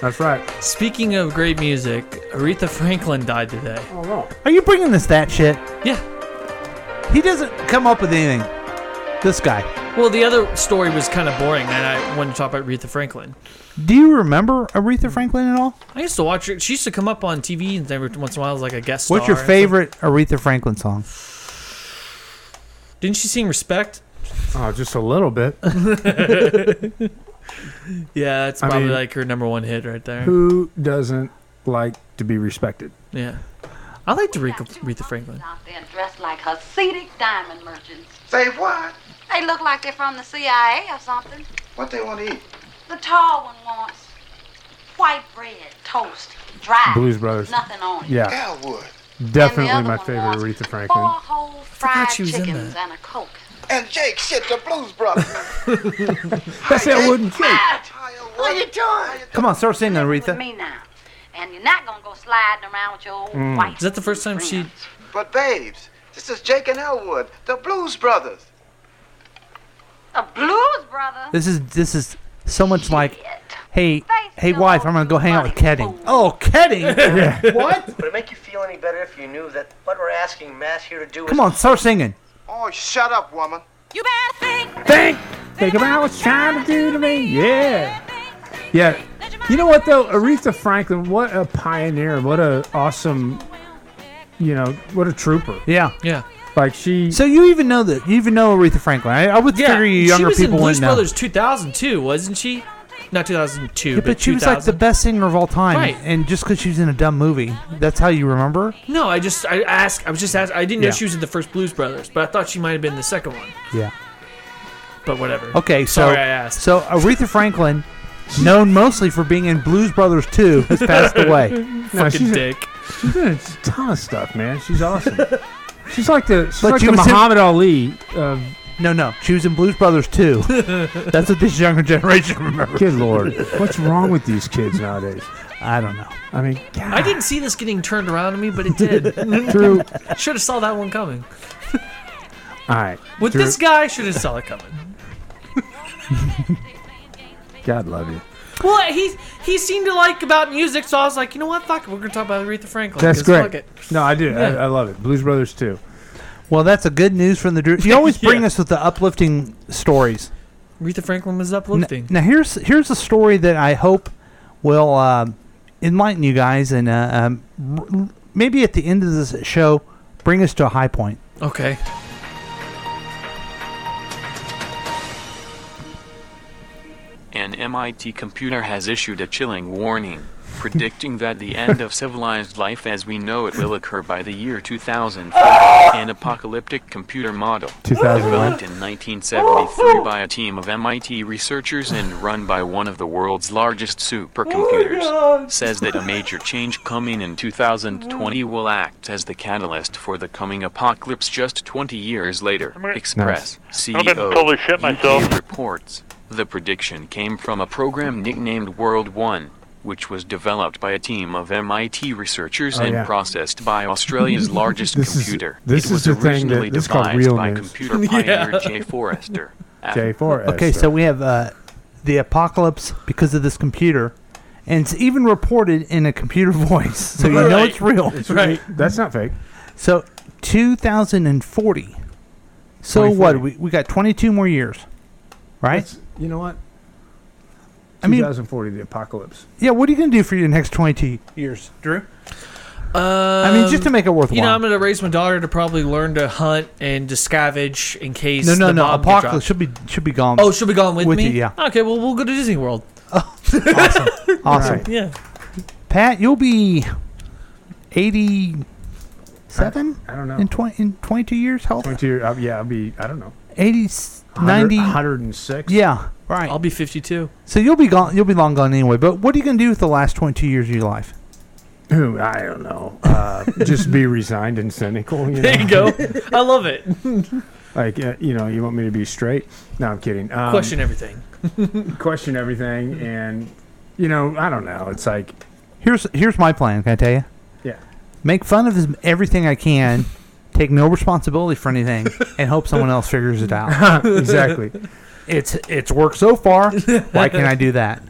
Speaker 10: That's right.
Speaker 9: Speaking of great music, Aretha Franklin died today.
Speaker 10: Oh no.
Speaker 8: Are you bringing this that shit?
Speaker 9: Yeah.
Speaker 8: He doesn't come up with anything. This guy.
Speaker 9: Well, the other story was kind of boring, and I wanted to talk about Aretha Franklin.
Speaker 8: Do you remember Aretha Franklin at all?
Speaker 9: I used to watch her. She used to come up on TV and every once in a while as like a guest
Speaker 8: What's
Speaker 9: star
Speaker 8: your
Speaker 9: and stuff.
Speaker 8: favorite Aretha Franklin song?
Speaker 9: Didn't she sing Respect?
Speaker 10: Oh, just a little bit.
Speaker 9: Yeah, it's
Speaker 10: I
Speaker 9: probably
Speaker 10: mean,
Speaker 9: like her number one hit right there.
Speaker 10: Who doesn't like to be respected?
Speaker 9: Yeah. I like to Aretha Franklin.
Speaker 3: They're dressed like Hasidic diamond merchants.
Speaker 11: Say what?
Speaker 3: They look like they're from the CIA or something.
Speaker 11: What they want to eat?
Speaker 3: The tall one wants white bread, toast, dry.
Speaker 10: Blues Brothers.
Speaker 3: Nothing on it.
Speaker 10: Yeah.
Speaker 3: Elwood.
Speaker 10: Definitely my favorite Aretha
Speaker 3: Four
Speaker 10: Franklin.
Speaker 3: whole fried
Speaker 10: she was in
Speaker 3: chickens and a coke.
Speaker 11: And Jake shit the blues brothers.
Speaker 10: That's that wooden cake.
Speaker 3: What are you doing?
Speaker 8: Come on, start singing,
Speaker 3: With
Speaker 8: Aretha.
Speaker 3: me now. And you're not gonna go sliding around with your old white.
Speaker 9: Is that the first time she?
Speaker 11: But babes, this is Jake and Elwood, the blues brothers.
Speaker 3: A blues brother.
Speaker 8: This is this is so much like, hey, hey, wife, I'm gonna go hang out with Ketting. Oh, Ketting.
Speaker 10: *laughs*
Speaker 21: what? Would it make you feel any better if you knew that what we're asking Matt here to do is
Speaker 8: Come on, start singing.
Speaker 11: Oh, shut up, woman.
Speaker 3: You better think.
Speaker 10: Think, think about what's trying to do to me. Yeah. Yeah. You know what though, Aretha Franklin, what a pioneer, what a awesome, you know, what a trooper.
Speaker 8: Yeah.
Speaker 9: Yeah.
Speaker 10: Like she.
Speaker 8: So you even know that you even know Aretha Franklin. I, I would figure you
Speaker 9: she
Speaker 8: younger
Speaker 9: was in
Speaker 8: people
Speaker 9: Blues
Speaker 8: wouldn't know.
Speaker 9: Brothers 2002, wasn't she? Not 2002,
Speaker 8: Yeah,
Speaker 9: but,
Speaker 8: but she was like the
Speaker 9: 2000.
Speaker 8: best singer of all time,
Speaker 9: Right.
Speaker 8: and just because she was in a dumb movie, that's how you remember. her?
Speaker 9: No, I just I asked. I was just asked. I didn't know
Speaker 8: Yeah.
Speaker 9: she was in the first Blues Brothers, but I thought she might have been in the second one.
Speaker 8: Yeah.
Speaker 9: But whatever.
Speaker 8: Okay, so
Speaker 9: sorry I asked.
Speaker 8: so Aretha Franklin, known mostly for being in Blues Brothers 2, has passed away.
Speaker 9: *laughs*
Speaker 8: *laughs*
Speaker 10: No, she's a-
Speaker 9: dick.
Speaker 10: she's done a ton of stuff, man. She's awesome. she's like the she's
Speaker 8: But
Speaker 10: like
Speaker 8: she
Speaker 10: the
Speaker 8: was in-
Speaker 10: Muhammad Ali. Of,
Speaker 8: No, no, she was in Blues Brothers
Speaker 9: *laughs*
Speaker 8: 2. That's what this younger generation remembers.
Speaker 10: good lord, what's wrong with these kids nowadays?
Speaker 8: I don't know.
Speaker 10: I mean,
Speaker 9: I didn't see this getting turned around on me, but
Speaker 8: *laughs*
Speaker 9: it did.
Speaker 10: Drew.
Speaker 9: Should have saw that one coming.
Speaker 10: all right.
Speaker 9: With
Speaker 10: Drew,
Speaker 9: this guy, should have saw it coming.
Speaker 10: God love you.
Speaker 9: Well, he he seemed to like about music, so I was like, you know what, fuck, it, we're gonna talk about Aretha Franklin.
Speaker 10: That's
Speaker 9: 'cause fuck
Speaker 10: great.
Speaker 9: it.
Speaker 10: No, I do.
Speaker 9: Yeah.
Speaker 10: I, I love it. Blues Brothers too.
Speaker 9: *laughs*
Speaker 8: Well, that's a good news from the Drew. You always bring us with the uplifting stories.
Speaker 9: Aretha Franklin was uplifting.
Speaker 8: Now here's here's a story that I hope will uh, enlighten you guys, and uh, um, r- maybe at the end of this show, bring us to a high point.
Speaker 9: Okay.
Speaker 17: An MIT computer has issued a chilling warning, predicting that the end of civilized life as we know it will occur by the year 2000. An apocalyptic computer model,
Speaker 10: 2001.
Speaker 17: developed in 1973 by a team of MIT researchers and run by one of the world's largest supercomputers,
Speaker 2: Oh
Speaker 17: says that a major change coming in 2020 will act as the catalyst for the coming apocalypse just 20 years later. Express, E
Speaker 2: Nice.
Speaker 17: CEO,
Speaker 2: I'm gonna totally shit
Speaker 17: UK
Speaker 2: myself.
Speaker 17: reports the prediction came from a program nicknamed World One, which was developed by a team of MIT researchers
Speaker 10: Oh,
Speaker 17: and
Speaker 10: yeah.
Speaker 17: processed
Speaker 10: *laughs*
Speaker 17: by Australia's largest
Speaker 10: This is-
Speaker 17: computer.
Speaker 10: this
Speaker 17: it
Speaker 10: is
Speaker 17: was
Speaker 10: the thing
Speaker 17: originally
Speaker 10: that- this is called
Speaker 17: devised
Speaker 10: real
Speaker 17: by
Speaker 10: news.
Speaker 17: computer pioneer
Speaker 10: Yeah.
Speaker 17: Jay Forrester.
Speaker 10: Jay Forrest.
Speaker 8: Okay, so we have uh, the apocalypse because of this computer, and it's even reported in a computer *laughs* voice, so you know
Speaker 10: Right.
Speaker 8: it's real.
Speaker 10: It's Right. real. That's not fake.
Speaker 8: So 2040. So what? We, we got 22 more years, right?
Speaker 10: You know what?
Speaker 8: I mean-
Speaker 10: 2040, the apocalypse.
Speaker 8: yeah. What are you gonna do for your next 22 years, Drew? I mean, just to make it worthwhile.
Speaker 9: Um, You know, I'm going to raise my daughter to probably learn to hunt and to scavenge in case.
Speaker 8: no, no,
Speaker 9: the
Speaker 8: no.
Speaker 9: bomb gets dropped.
Speaker 8: Apocalypse should be should be gone.
Speaker 9: Oh, she'll be gone with, me.
Speaker 8: you, yeah.
Speaker 9: Okay, well, we'll go to Disney World.
Speaker 8: Awesome.
Speaker 9: Right. Yeah.
Speaker 8: Pat, you'll be 87?
Speaker 10: I, don't know.
Speaker 8: In, 20, in 22 years? How old?
Speaker 10: 22, uh, yeah, I'll be, I don't know.
Speaker 8: 80, 90?
Speaker 10: 106?
Speaker 8: Yeah. Right.
Speaker 9: I'll be 52.
Speaker 8: So you'll be gone. You'll be long gone anyway. But what are you going to do with the last 22 years of your life?
Speaker 10: Who? I don't know. Uh, just be resigned and cynical.
Speaker 9: *laughs*
Speaker 10: You
Speaker 9: There
Speaker 10: know?
Speaker 9: you go. I love *laughs* it.
Speaker 10: *laughs* Like, uh, you know, you want me to be straight? No, I'm kidding. Um,
Speaker 9: Question everything.
Speaker 10: question everything. And, you know, I don't know. It's like,
Speaker 8: Here's here's my plan. Can I tell you?
Speaker 10: yeah.
Speaker 8: Make fun of as- everything I can, take no responsibility for anything, and hope someone else figures it
Speaker 10: *laughs*
Speaker 8: out.
Speaker 10: Exactly.
Speaker 8: It's it's worked so far. Why can't I do that?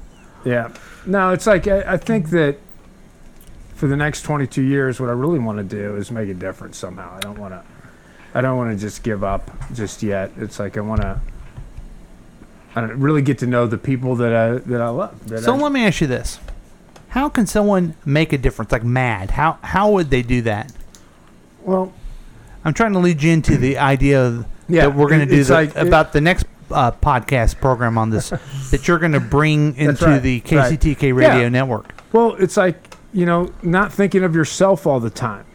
Speaker 10: Yeah. No, it's like I, I think that for the next 22 years, what I really want to do is make a difference somehow. I don't want to. I don't want to just give up just yet. It's like I want to. I don't really get to know the people that I that I love. That
Speaker 8: So
Speaker 10: I,
Speaker 8: let me ask you this: How can someone make a difference? Like mad? How how would they do that?
Speaker 10: Well,
Speaker 8: I'm trying to lead you into the idea of,
Speaker 10: Yeah,
Speaker 8: that we're going to do
Speaker 10: it's
Speaker 8: the,
Speaker 10: like- it-
Speaker 8: about the next uh, podcast program on
Speaker 10: *laughs*
Speaker 8: this that you're going to bring
Speaker 10: That's
Speaker 8: into
Speaker 10: right,
Speaker 8: the
Speaker 10: right.
Speaker 8: KCTK radio
Speaker 10: Yeah.
Speaker 8: network.
Speaker 10: Well, it's like you know, not thinking of yourself all the time.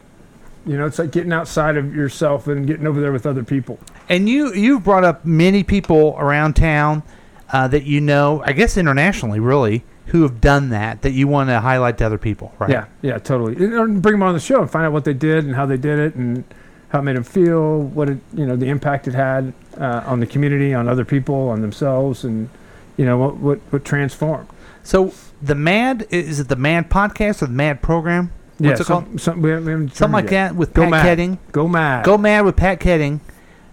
Speaker 10: You know, it's like getting outside of yourself and getting over there with other people.
Speaker 8: And you you've brought up many people around town uh, that you know, I guess internationally, really, who have done that that you want to highlight to other people, right?
Speaker 10: Yeah, yeah, totally. And, and bring them on the show and find out what they did and how they did it and how it made them feel, what it, you know, the impact it had uh, on the community, on other people, on themselves, and you know what what, what transformed.
Speaker 8: So the Mad is it the Mad podcast or the Mad program? What's
Speaker 10: yeah,
Speaker 8: it
Speaker 10: some-
Speaker 8: called?
Speaker 10: Some, we haven't- we haven't
Speaker 8: Something like
Speaker 10: determined yet.
Speaker 8: that with
Speaker 10: Go
Speaker 8: Pat
Speaker 10: mad.
Speaker 8: Ketting.
Speaker 10: Go mad.
Speaker 8: Go mad with Pat Ketting,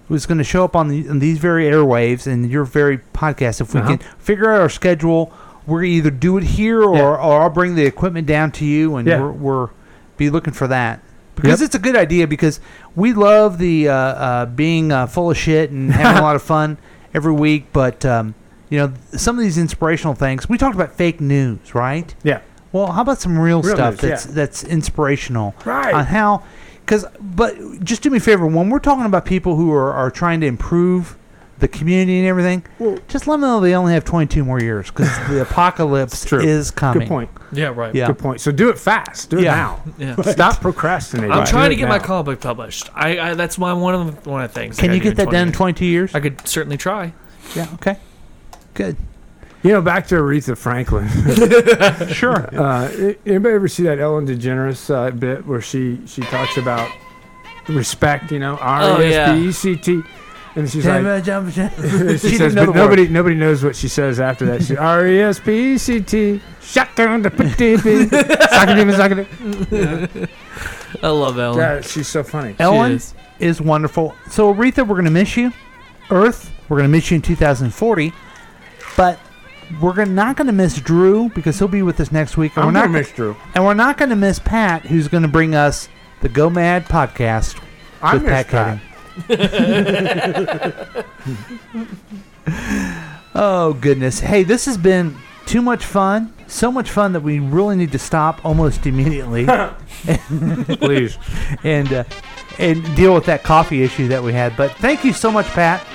Speaker 8: who's going to show up on, the, on these very airwaves and your very podcast. If we
Speaker 10: Uh-huh.
Speaker 8: can figure out our schedule, we're gonna either do it here or, or I'll bring the equipment down to you, and
Speaker 10: Yeah.
Speaker 8: we're, we're be looking for that because
Speaker 10: Yep.
Speaker 8: it's a good idea. Because we love the uh, uh, being uh, full of shit and
Speaker 10: *laughs*
Speaker 8: having a lot of fun every week, but um, you know some of these inspirational things. We talked about fake news, right?
Speaker 10: Yeah.
Speaker 8: Well, how about some real,
Speaker 10: Real
Speaker 8: stuff
Speaker 10: news,
Speaker 8: that's
Speaker 10: yeah.
Speaker 8: that's inspirational
Speaker 10: Right.
Speaker 8: on how because but just do me a favor when we're talking about people who are, are trying to improve the community and everything just let them know they only have 22 more years
Speaker 10: *laughs*
Speaker 8: because the apocalypse is coming
Speaker 10: Good point.
Speaker 9: Yeah, right.
Speaker 8: Yeah.
Speaker 10: Good point. So do it fast. Do it
Speaker 8: Yeah.
Speaker 10: now.
Speaker 9: *laughs* Yeah.
Speaker 10: Stop procrastinating.
Speaker 9: I'm
Speaker 10: Do
Speaker 9: trying to
Speaker 10: it
Speaker 9: get my
Speaker 10: now.
Speaker 9: comic book published. I, I that's my one of the, one of the things. I
Speaker 8: can
Speaker 9: gotta
Speaker 8: you
Speaker 9: do
Speaker 8: get that done in
Speaker 9: years.
Speaker 8: 22 years
Speaker 9: I could certainly try.
Speaker 8: yeah okay good
Speaker 10: You know, back to Aretha Franklin.
Speaker 8: sure.
Speaker 10: Uh, a- anybody ever see that Ellen DeGeneres uh, bit where she she talks about respect? You know, R
Speaker 8: Oh,
Speaker 10: E S
Speaker 8: yeah.
Speaker 10: P E C T, and she's
Speaker 8: Hey,
Speaker 10: like.
Speaker 8: man, jump, jump.
Speaker 10: *laughs* she
Speaker 8: didn't
Speaker 10: says,
Speaker 8: know the
Speaker 10: but
Speaker 8: word.
Speaker 10: nobody nobody knows what she says after that. She R E S P E C T shotgun to put *laughs*
Speaker 9: I love Ellen.
Speaker 10: Yeah, she's so funny.
Speaker 8: Ellen is. wonderful. So Aretha, we're gonna miss you. Earth, we're gonna miss you in 2040, but we're gonna, not gonna miss Drew because he'll be with us next week. And
Speaker 10: I'm
Speaker 8: we're not
Speaker 10: gonna miss Drew.
Speaker 8: and we're not gonna miss Pat, who's gonna bring us the Go Mad podcast
Speaker 10: I
Speaker 8: with
Speaker 10: miss
Speaker 8: Pat Ketting.
Speaker 10: Pat.
Speaker 8: *laughs* Oh, goodness. Hey, this has been too much fun. So much fun that we really need to stop almost immediately. Please. And, uh, and deal with that coffee issue that we had. But thank you so much, Pat.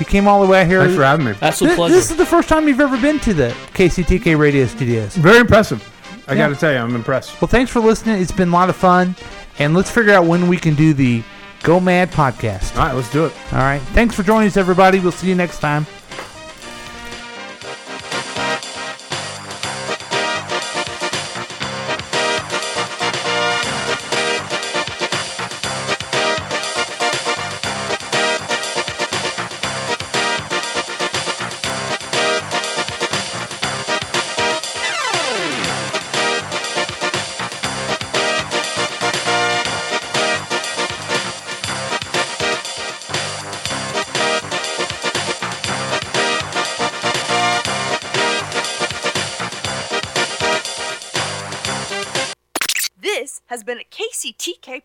Speaker 8: You came all the way out here.
Speaker 10: Thanks for having me. That's a
Speaker 8: This-
Speaker 10: pleasure.
Speaker 8: This is the first time you've ever been to the KCTK radio studios.
Speaker 10: Very impressive. I
Speaker 8: Yeah.
Speaker 10: got to tell you, I'm impressed.
Speaker 8: Well, thanks for listening. It's been a lot of fun. And let's figure out when we can do the Go Mad podcast. All
Speaker 10: right, let's do it.
Speaker 8: All right. Thanks for joining us, everybody. We'll see you next time.
Speaker 4: This has been a KCTK